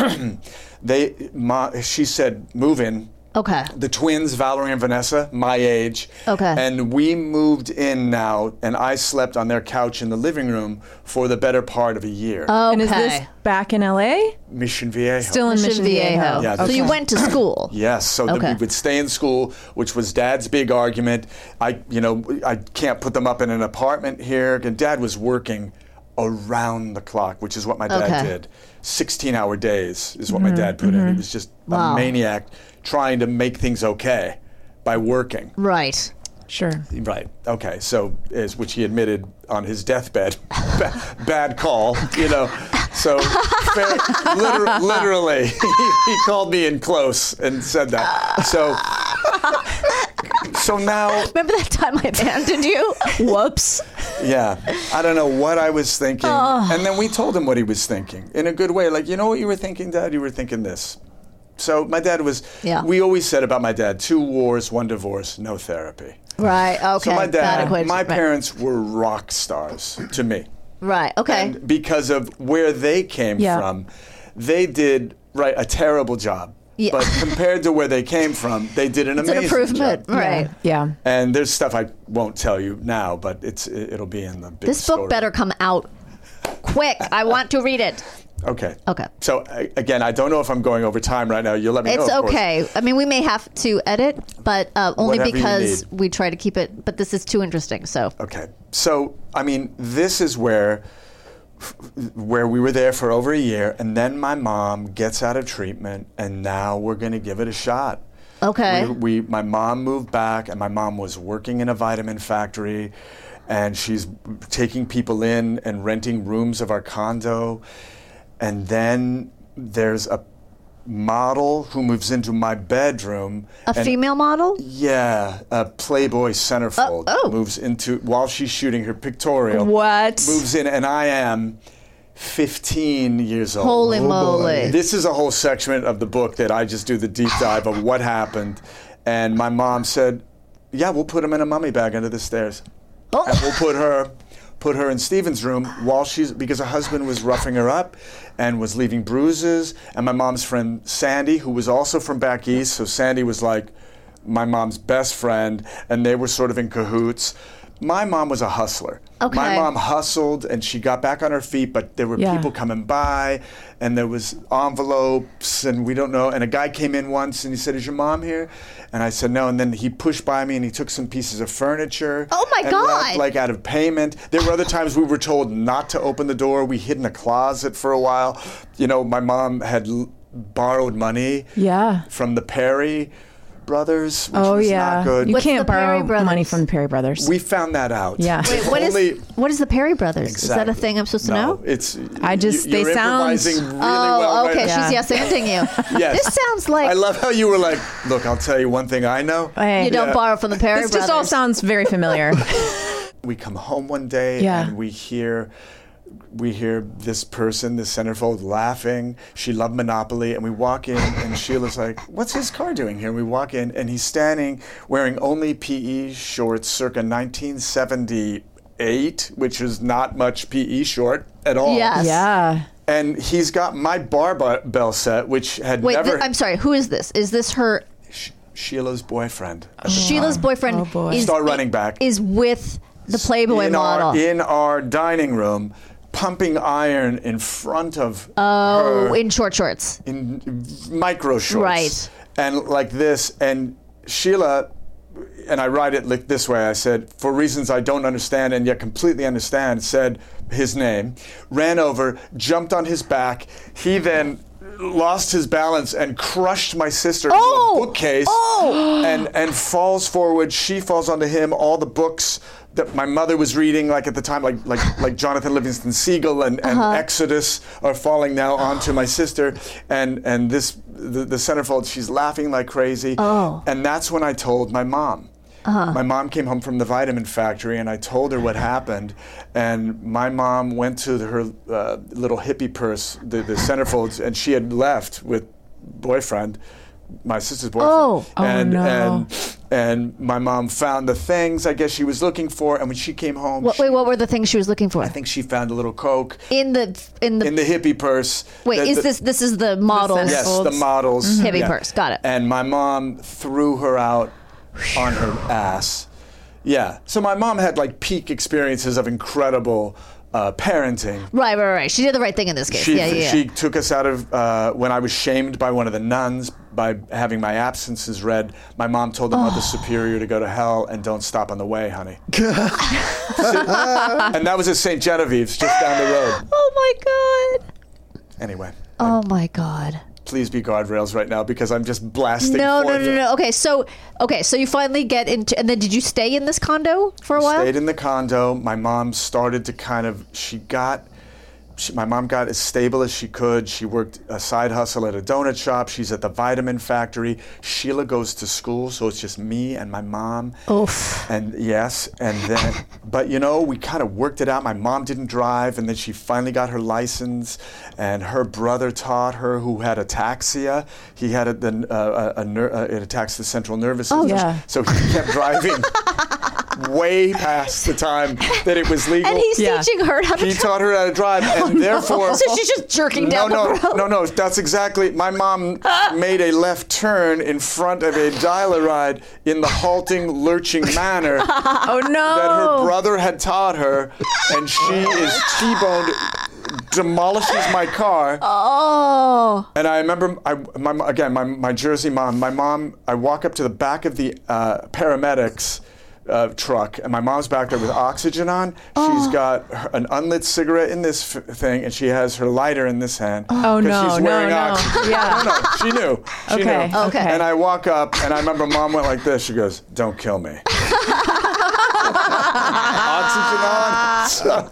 S7: they, ma, she said, "Move in."
S3: Okay.
S7: The twins, Valerie and Vanessa, my age.
S3: Okay.
S7: And we moved in now, and I slept on their couch in the living room for the better part of a year. Oh.
S2: And is this
S3: Okay.
S2: back in LA?
S7: Mission Viejo.
S2: Still in Mission Viejo.
S7: Yeah,
S3: so
S7: okay.
S3: you went to school.
S7: Yes, so then
S3: Okay.
S7: we would stay in school, which was Dad's big argument. I, you know, I can't put them up in an apartment here. And Dad was working around the clock, which is what my dad
S3: Okay. Mm-hmm.
S7: did. Sixteen-hour days is what my dad put in. He was just
S3: Wow.
S7: a maniac trying to make things okay by working.
S3: Right.
S2: Sure.
S7: Right. Okay. So, is, which he admitted on his deathbed, ba- bad call. You know. So, fair, liter- literally, he, he called me in close and said that. So, so now,
S3: Remember that time I abandoned you? Whoops.
S7: yeah, I don't know what I was thinking. And then we told him what he was thinking in a good way. Like, you know what you were thinking, Dad? You were thinking this. So my dad was.
S3: Yeah.
S7: We always said about my dad: two wars, one divorce, no therapy.
S3: Right. Okay.
S7: So my
S3: That
S7: dad,
S3: equation,
S7: my
S3: right.
S7: parents were rock stars to me.
S3: Right, okay.
S7: And because of where they came
S2: Yeah.
S7: from, they did right a terrible job. But compared to where they came from, they did an
S3: It's an
S7: amazing
S3: improvement,
S7: job.
S3: right?
S2: Yeah.
S7: And there's stuff I won't tell you now, but it's it'll be in the big
S3: This book
S7: story.
S3: better come out quick. I want to read it.
S7: Okay.
S3: Okay.
S7: So a- again, I don't know if I'm going over time right now. You let me know.
S3: It's
S7: of course.
S3: okay. I mean, we may have to edit, but uh, only
S7: Whatever you
S3: because
S7: need.
S3: we try to keep it. But this is too interesting. So
S7: Okay. So, I mean, this is where where we were there for over a year and then my mom gets out of treatment and now we're going to give it a shot.
S3: okay,
S7: We, we my mom moved back and my mom was working in a vitamin factory and she's taking people in and renting rooms of our condo and then there's a model who moves into my bedroom
S3: a
S7: and
S3: female model.
S7: yeah, a Playboy centerfold
S3: Oh, oh.
S7: moves into while she's shooting her pictorial.
S2: What?
S7: moves in, and I am 15 years old. Oh,
S3: Holy moly!
S7: This is a whole section of the book that I just do the deep dive of what happened, and my mom said, "Yeah, we'll put him in a mummy bag under the stairs, and we'll put her." Put her in Steven's room while she's because her husband was roughing her up and was leaving bruises. And my mom's friend Sandy, who was also from back east, so Sandy was like, my mom's best friend, and they were sort of in cahoots. My mom was a hustler. My
S3: Okay.
S7: mom hustled and she got back on her feet, but there were
S2: Yeah.
S7: people coming by and there was envelopes and we don't know. And a guy came in once and he said, Is your mom here? And I said, No. And then he pushed by me and he took some pieces of furniture.
S3: Oh, my
S7: and
S3: God.
S7: Left, like out of payment. There were other times we were told not to open the door. We hid in a closet for a while. You know, my mom had l- borrowed money
S2: Yeah.
S7: from the Perry brothers, which
S2: Oh
S7: was
S2: yeah.
S7: not good.
S2: You
S3: What's
S2: can't
S3: the Perry
S2: borrow money
S3: Brothers?
S2: from the Perry brothers.
S7: we found that out.
S2: Yeah.
S7: If
S3: What
S7: only-
S3: is what is the Perry brothers? Is that a
S7: Exactly.
S3: thing I'm supposed to
S7: No,
S3: know?
S7: It's
S2: I just-
S7: you- you're
S2: they sound-
S7: improvising really
S3: oh,
S7: well. right
S3: okay.
S7: now.
S3: She's yes ending you.
S7: Yes.
S3: This sounds like
S7: I love how you were like, look, I'll tell you one thing I know.
S2: Hey.
S3: you don't borrow from the Perry
S2: this
S3: brothers.
S2: just all sounds very familiar.
S7: We come home one day
S2: Yeah.
S7: and we hear we hear this person, this centerfold, laughing. She loved Monopoly, and we walk in, and Sheila's like, "What's his car doing here?" And we walk in, and he's standing wearing only PE shorts, circa 1978, which is not much PE short at all.
S3: Yes.
S2: yeah.
S7: and he's got my barbell set, which had
S3: Wait,
S7: never.
S3: thi- I'm sorry. Who is this? Is this her? Oh,
S7: Sh- Sheila's boyfriend.
S3: Sheila's boyfriend
S2: Oh, boy.
S3: is
S7: Star running back.
S3: is with the Playboy
S7: in
S3: model.
S7: Our, in our dining room, pumping iron in front of
S3: oh,
S7: her
S3: in short shorts.
S7: in micro shorts.
S3: Right.
S7: And like this, and Sheila, and I write it like this way I said, for reasons I don't understand and yet completely understand, said his name, ran over, jumped on his back. He then lost his balance and crushed my sister
S3: Oh!
S7: into a bookcase
S2: Oh!
S7: and, and falls forward. She falls onto him, all the books. That my mother was reading, like at the time, like like like Jonathan Livingston Siegel and, and Exodus are falling now onto my sister, and and this the, the centerfold. She's laughing like crazy, and that's when I told my mom. My mom came home from the vitamin factory, and I told her what happened. And my mom went to her uh, little hippie purse, the, the centerfolds, and she had left with boyfriend, my sister's boyfriend.
S3: Oh.
S2: Oh,
S7: and,
S2: no.
S7: and and my mom found the things I guess she was looking for. And when she came home,
S3: What,
S7: she-
S3: wait, what were the things she was looking for?
S7: I think she found a little coke
S3: in the in the
S7: in the hippie purse.
S3: wait,
S7: that
S3: is
S7: the-
S3: this this is the models?
S7: Yes, the models.
S3: Hippie purse, got it.
S7: And my mom threw her out on her ass. Yeah. So my mom had like peak experiences of incredible uh, parenting.
S3: Right, right, right. She did the right thing in this case.
S7: She,
S3: yeah, yeah.
S7: she
S3: yeah.
S7: took us out of uh, when I was shamed by one of the nuns by having my absences read. My mom told the
S3: Oh.
S7: mother superior to go to hell and don't stop on the way, honey. and that was at St. Genevieve's, just down the road.
S3: Oh my god.
S7: Anyway,
S3: Oh my god.
S7: please be guardrails right now because I'm just blasting.
S3: No, no,
S7: forth
S3: no,
S7: it.
S3: no. Okay, so okay, so you finally get into, and then did you stay in this condo for a while?
S7: Stayed in the condo. My mom started to kind of. She got. She, my mom got as stable as she could. She worked a side hustle at a donut shop. She's at the vitamin factory. Sheila goes to school, so it's just me and my mom.
S3: Oof.
S7: And yes, and then, but you know, we kind of worked it out. My mom didn't drive, and then she finally got her license, and her brother taught her who had ataxia. He had a, the, uh, a, a ner- uh, it attacks the central nervous system.
S2: Oh, yeah.
S7: So he kept driving. way past the time that it was legal.
S3: And he's
S2: Yeah.
S3: teaching her how to
S7: He
S3: drive.
S7: taught her how to drive, and therefore,
S3: So she's just jerking down
S7: no,
S3: the road.
S7: No, no, no. That's exactly. My mom made a left turn in front of a dial-a-ride in the halting, lurching manner
S2: Oh
S7: that
S2: no!
S7: her brother had taught her, and she is T-boned, demolishes my car.
S3: Oh.
S7: And I remember, I, my, again, my, my Jersey mom, my mom, I walk up to the back of the uh, paramedics uh, truck, and my mom's back there with oxygen on. She's got her, an unlit cigarette in this f- thing, and she has her lighter in this hand.
S2: Oh,
S7: 'cause
S2: no,
S7: she's
S2: no,
S7: wearing
S2: no.
S7: oxygen.
S2: Yeah.
S7: No, no, she knew. She
S2: Okay,
S7: knew.
S2: okay.
S7: And I walk up, and I remember mom went like this. She goes, Don't kill me. oxygen on.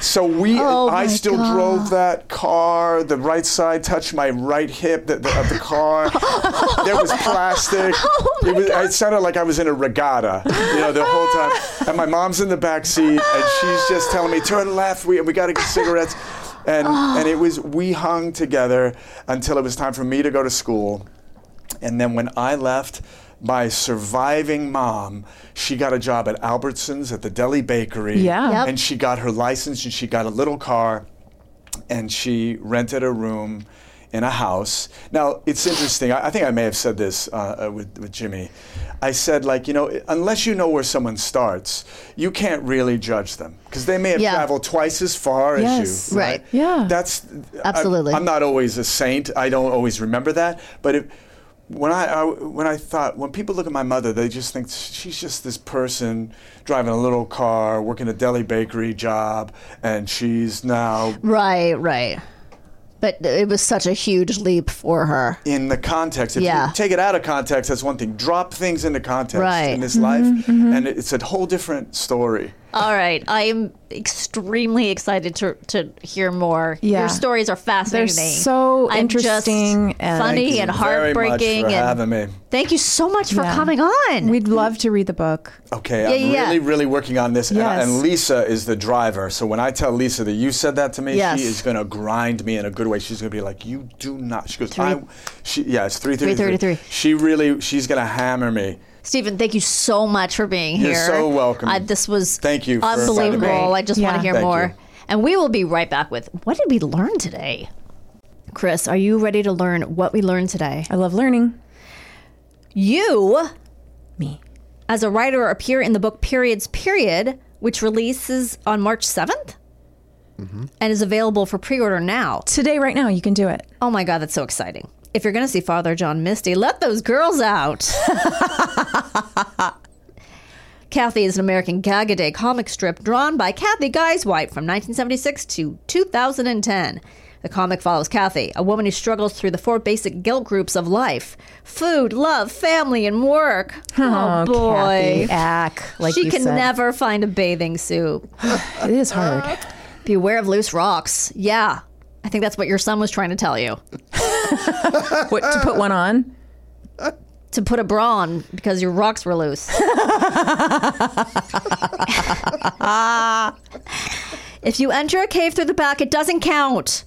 S7: So we, I still drove that car. The right side touched my right hip the, the, of the car. there was plastic. it, was, it sounded like I was in a regatta, you know, the whole time. And my mom's in the back seat, and she's just telling me, "Turn left. We we got to get cigarettes." And and it was we hung together until it was time for me to go to school. And then when I left, my surviving mom, she got a job at Albertsons at the deli bakery.
S2: Yeah. Yep.
S7: And she got her license and she got a little car and she rented a room in a house. Now, it's interesting. I, I think I may have said this uh, uh, with, with Jimmy. I said, like, you know, unless you know where someone starts, you can't really judge them because they may have
S3: Yeah.
S7: traveled twice as far as
S2: Yes.
S7: you.
S3: Right.
S2: Yeah.
S7: That's
S3: Absolutely.
S7: I, am not always a saint. I don't always remember that. But if, when I, I when I thought when people look at my mother, they just think she's just this person driving a little car, working a deli bakery job, and she's now
S3: Right, right. But it was such a huge leap for her.
S7: in the context. If
S3: Yeah.
S7: you take it out of context, that's one thing. Drop things into context
S3: Right.
S7: in this
S2: Mm-hmm,
S7: life, and it's a whole different story.
S3: All right, I'm extremely excited to to hear more.
S2: Yeah.
S3: Your stories are fascinating.
S2: so
S3: I'm just
S2: interesting and-
S3: funny and
S7: Very
S3: heartbreaking.
S7: much for
S3: and
S7: having me.
S3: Thank you so much for
S2: Yeah.
S3: coming on.
S2: We'd love to read the book.
S7: Okay,
S3: Yeah,
S7: I'm
S3: yeah.
S7: really, really working on this. and I-
S2: Yes.
S7: And, Lisa is the driver. So when I tell Lisa that you said that to me,
S3: Yes.
S7: she is going to grind me in a good way. She's going to be like, "You do not." She goes, "I." She, yeah, it's three thirty-three.
S3: 3:33.
S7: She really, she's going to hammer me.
S3: Stephen, thank you so much for being
S7: You're
S3: here.
S7: so welcome.
S3: Uh, this was
S7: Thank you for inviting me.
S3: unbelievable. I just want
S2: Yeah.
S3: to hear
S7: Thank
S3: more.
S7: you.
S3: And we will be right back with what did we learn today? Chris, are you ready to learn what we learned today?
S2: I love learning.
S3: You
S2: Me.
S3: as a writer appear in the book Periods Period, which releases on March 7th
S7: Mm-hmm.
S3: and is available for pre order now.
S2: Today, right now, you can do it.
S3: Oh my God, that's so exciting. If you're going to see Father John Misty, let those girls out. Kathy is an American Gagaday comic strip drawn by Kathy Guyswhite from 1976 to 2010. The comic follows Kathy, a woman who struggles through the four basic guilt groups of life food, love, family, and work. Oh, boy.
S2: Kathy, ack, like
S3: she
S2: you
S3: can
S2: said.
S3: never find a bathing suit.
S2: It is hard.
S3: Beware of loose rocks. Yeah. I think that's what your son was trying to tell you.
S2: what to put one on?
S3: to put a bra on because your rocks were loose. if you enter a cave through the back, it doesn't count.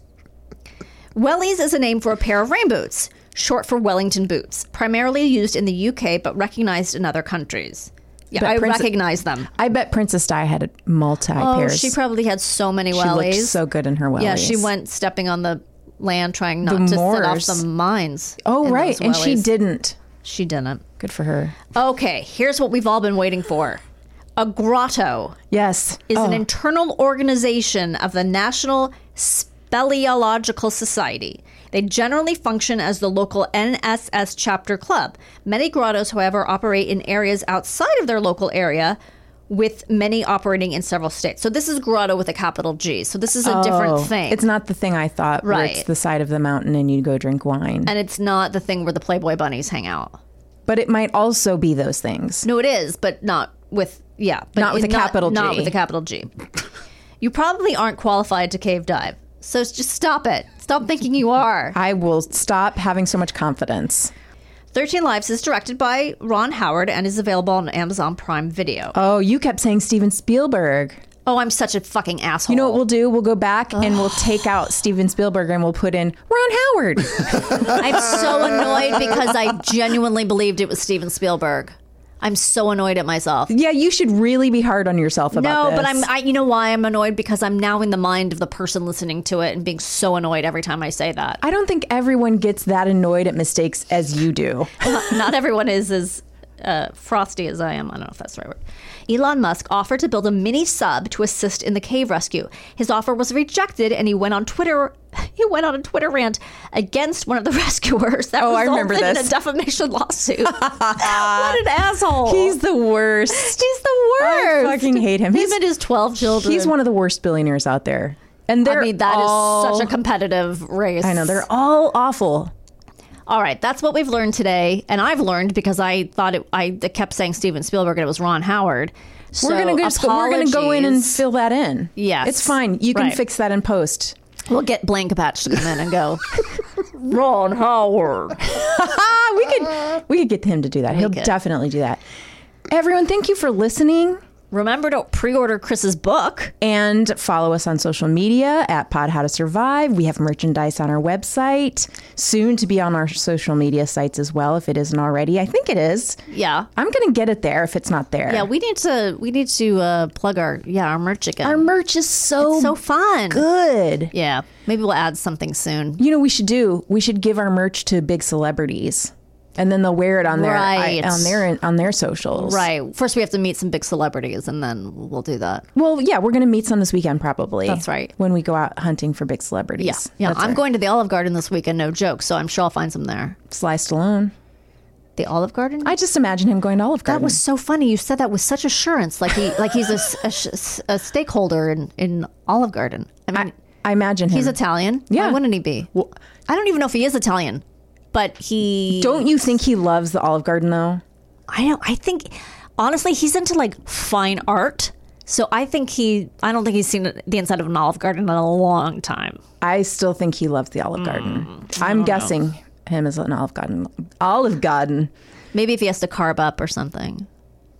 S3: Wellies is a name for a pair of rain boots, short for Wellington boots, primarily used in the UK but recognized in other countries. Yeah,
S2: But
S3: I
S2: Prince-
S3: recognize them.
S2: I bet Princess Di had multi
S3: Oh,
S2: pairs.
S3: she probably had so many
S2: She
S3: wellies.
S2: looked so good in her wellies.
S3: yeah, she went stepping on the land trying not to set off
S2: Moors.
S3: the mines.
S2: Oh
S3: in
S2: right,
S3: those
S2: and she
S3: wellies.
S2: didn't.
S3: She didn't.
S2: Good for her.
S3: Okay, here's what we've all been waiting for. A grotto
S2: Yes.
S3: is an
S2: Oh,
S3: internal organization of the National Speleological Society. They generally function as the local NSS chapter club. Many grottos, however, operate in areas outside of their local area, with many operating in several states. So this is grotto with a capital G. So this is a
S2: oh.
S3: different thing.
S2: It's not the thing I thought. Where
S3: Right.
S2: it's the side of the mountain, and you go drink wine.
S3: and it's not the thing where the Playboy bunnies hang out.
S2: but it might also be those things.
S3: No, it is, but not with yeah, but
S2: Not with a capital G.
S3: Not with a capital G. you probably aren't qualified to cave dive, so s- just stop it. Stop thinking you are.
S2: I will stop having so much confidence.
S3: Thirteen Lives is directed by Ron Howard and is available on Amazon Prime Video.
S2: Oh, you kept saying Steven Spielberg.
S3: oh, I'm such a fucking asshole.
S2: You know what we'll do? We'll go back and we'll take out Steven Spielberg and we'll put in Ron Howard.
S3: I'm so annoyed because I genuinely believed it was Steven Spielberg. I'm so annoyed at myself.
S2: Yeah, you should really be hard on yourself about
S3: No,
S2: this.
S3: but I'm. I, you know why I'm annoyed? Because I'm now in the mind of the person listening to it and being so annoyed every time I say that.
S2: I don't think everyone gets that annoyed at mistakes as you do.
S3: Not everyone is as uh, frosty as I am. I don't know if that's the right word. Elon Musk offered to build a mini sub to assist in the cave rescue. His offer was rejected, and he went on Twitter. He went on a Twitter rant against one of the rescuers. That
S2: Oh, I
S3: resulted
S2: remember
S3: in a
S2: this.
S3: defamation lawsuit. what an asshole!
S2: He's the worst.
S3: He's the
S2: I
S3: worst.
S2: fucking hate him.
S3: Him
S2: He's,
S3: and his twelve children.
S2: he's one of the worst billionaires out there. And they're
S3: I mean, that is
S2: all,
S3: such a competitive race.
S2: I know they're all awful.
S3: All right, that's what we've learned today, and I've learned because I thought it, I kept saying Steven Spielberg and it was Ron Howard. So
S2: we're gonna go. We're gonna go in and
S3: apologies.
S2: fill that in.
S3: Yes.
S2: it's fine. You can
S3: Right.
S2: fix that in post.
S3: We'll get blank patch to come in and go. Ron Howard.
S2: Ah, we could we could get him to do that. He'll
S3: could.
S2: definitely do that. Everyone, thank you for listening.
S3: Remember to pre-order Chris's book.
S2: and follow us on social media at Pod How to Survive. We have merchandise on our website, soon to be on our social media sites as well, if it isn't already. I think it is.
S3: Yeah.
S2: I'm gonna get it there if it's not there.
S3: Yeah, we need to we need to uh, plug our yeah our merch again.
S2: our merch is so
S3: so fun.
S2: good.
S3: Yeah, maybe we'll add something soon.
S2: You know, what we should do. We should give our merch to big celebrities, and then they'll wear it on their
S3: Right.
S2: on their on their socials.
S3: Right. First, we have to meet some big celebrities, and then we'll do that.
S2: Well, yeah, we're gonna meet some this weekend probably.
S3: That's right.
S2: When we go out hunting for big celebrities.
S3: Yeah, yeah.
S2: That's
S3: I'm
S2: right.
S3: going to the Olive Garden this weekend. No joke. So I'm sure I'll find some there.
S2: sliced alone.
S3: The Olive Garden.
S2: I just imagine him going to Olive Garden.
S3: that was so funny. You said that with such assurance, like he, like he's a, s- a sh- a stakeholder in, in Olive Garden. I mean,
S2: I, I imagine him.
S3: he's Italian.
S2: Yeah.
S3: Why wouldn't he be? I don't even know if he is Italian, but he.
S2: Don't you think he loves the Olive Garden though?
S3: I don't. I think honestly, he's into like fine art. So I think he. I don't think he's seen the inside of an Olive Garden in a long time.
S2: I still think he loves the Olive Garden. I'm guessing him as an Olive Garden. Olive Garden.
S3: Maybe if he has to carve up or something,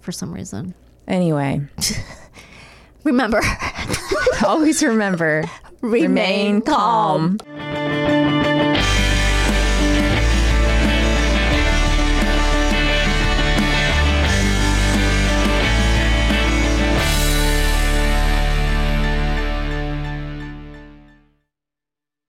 S3: for some reason.
S2: Anyway,
S3: Remember.
S2: always remember
S3: Remain calm.
S2: calm.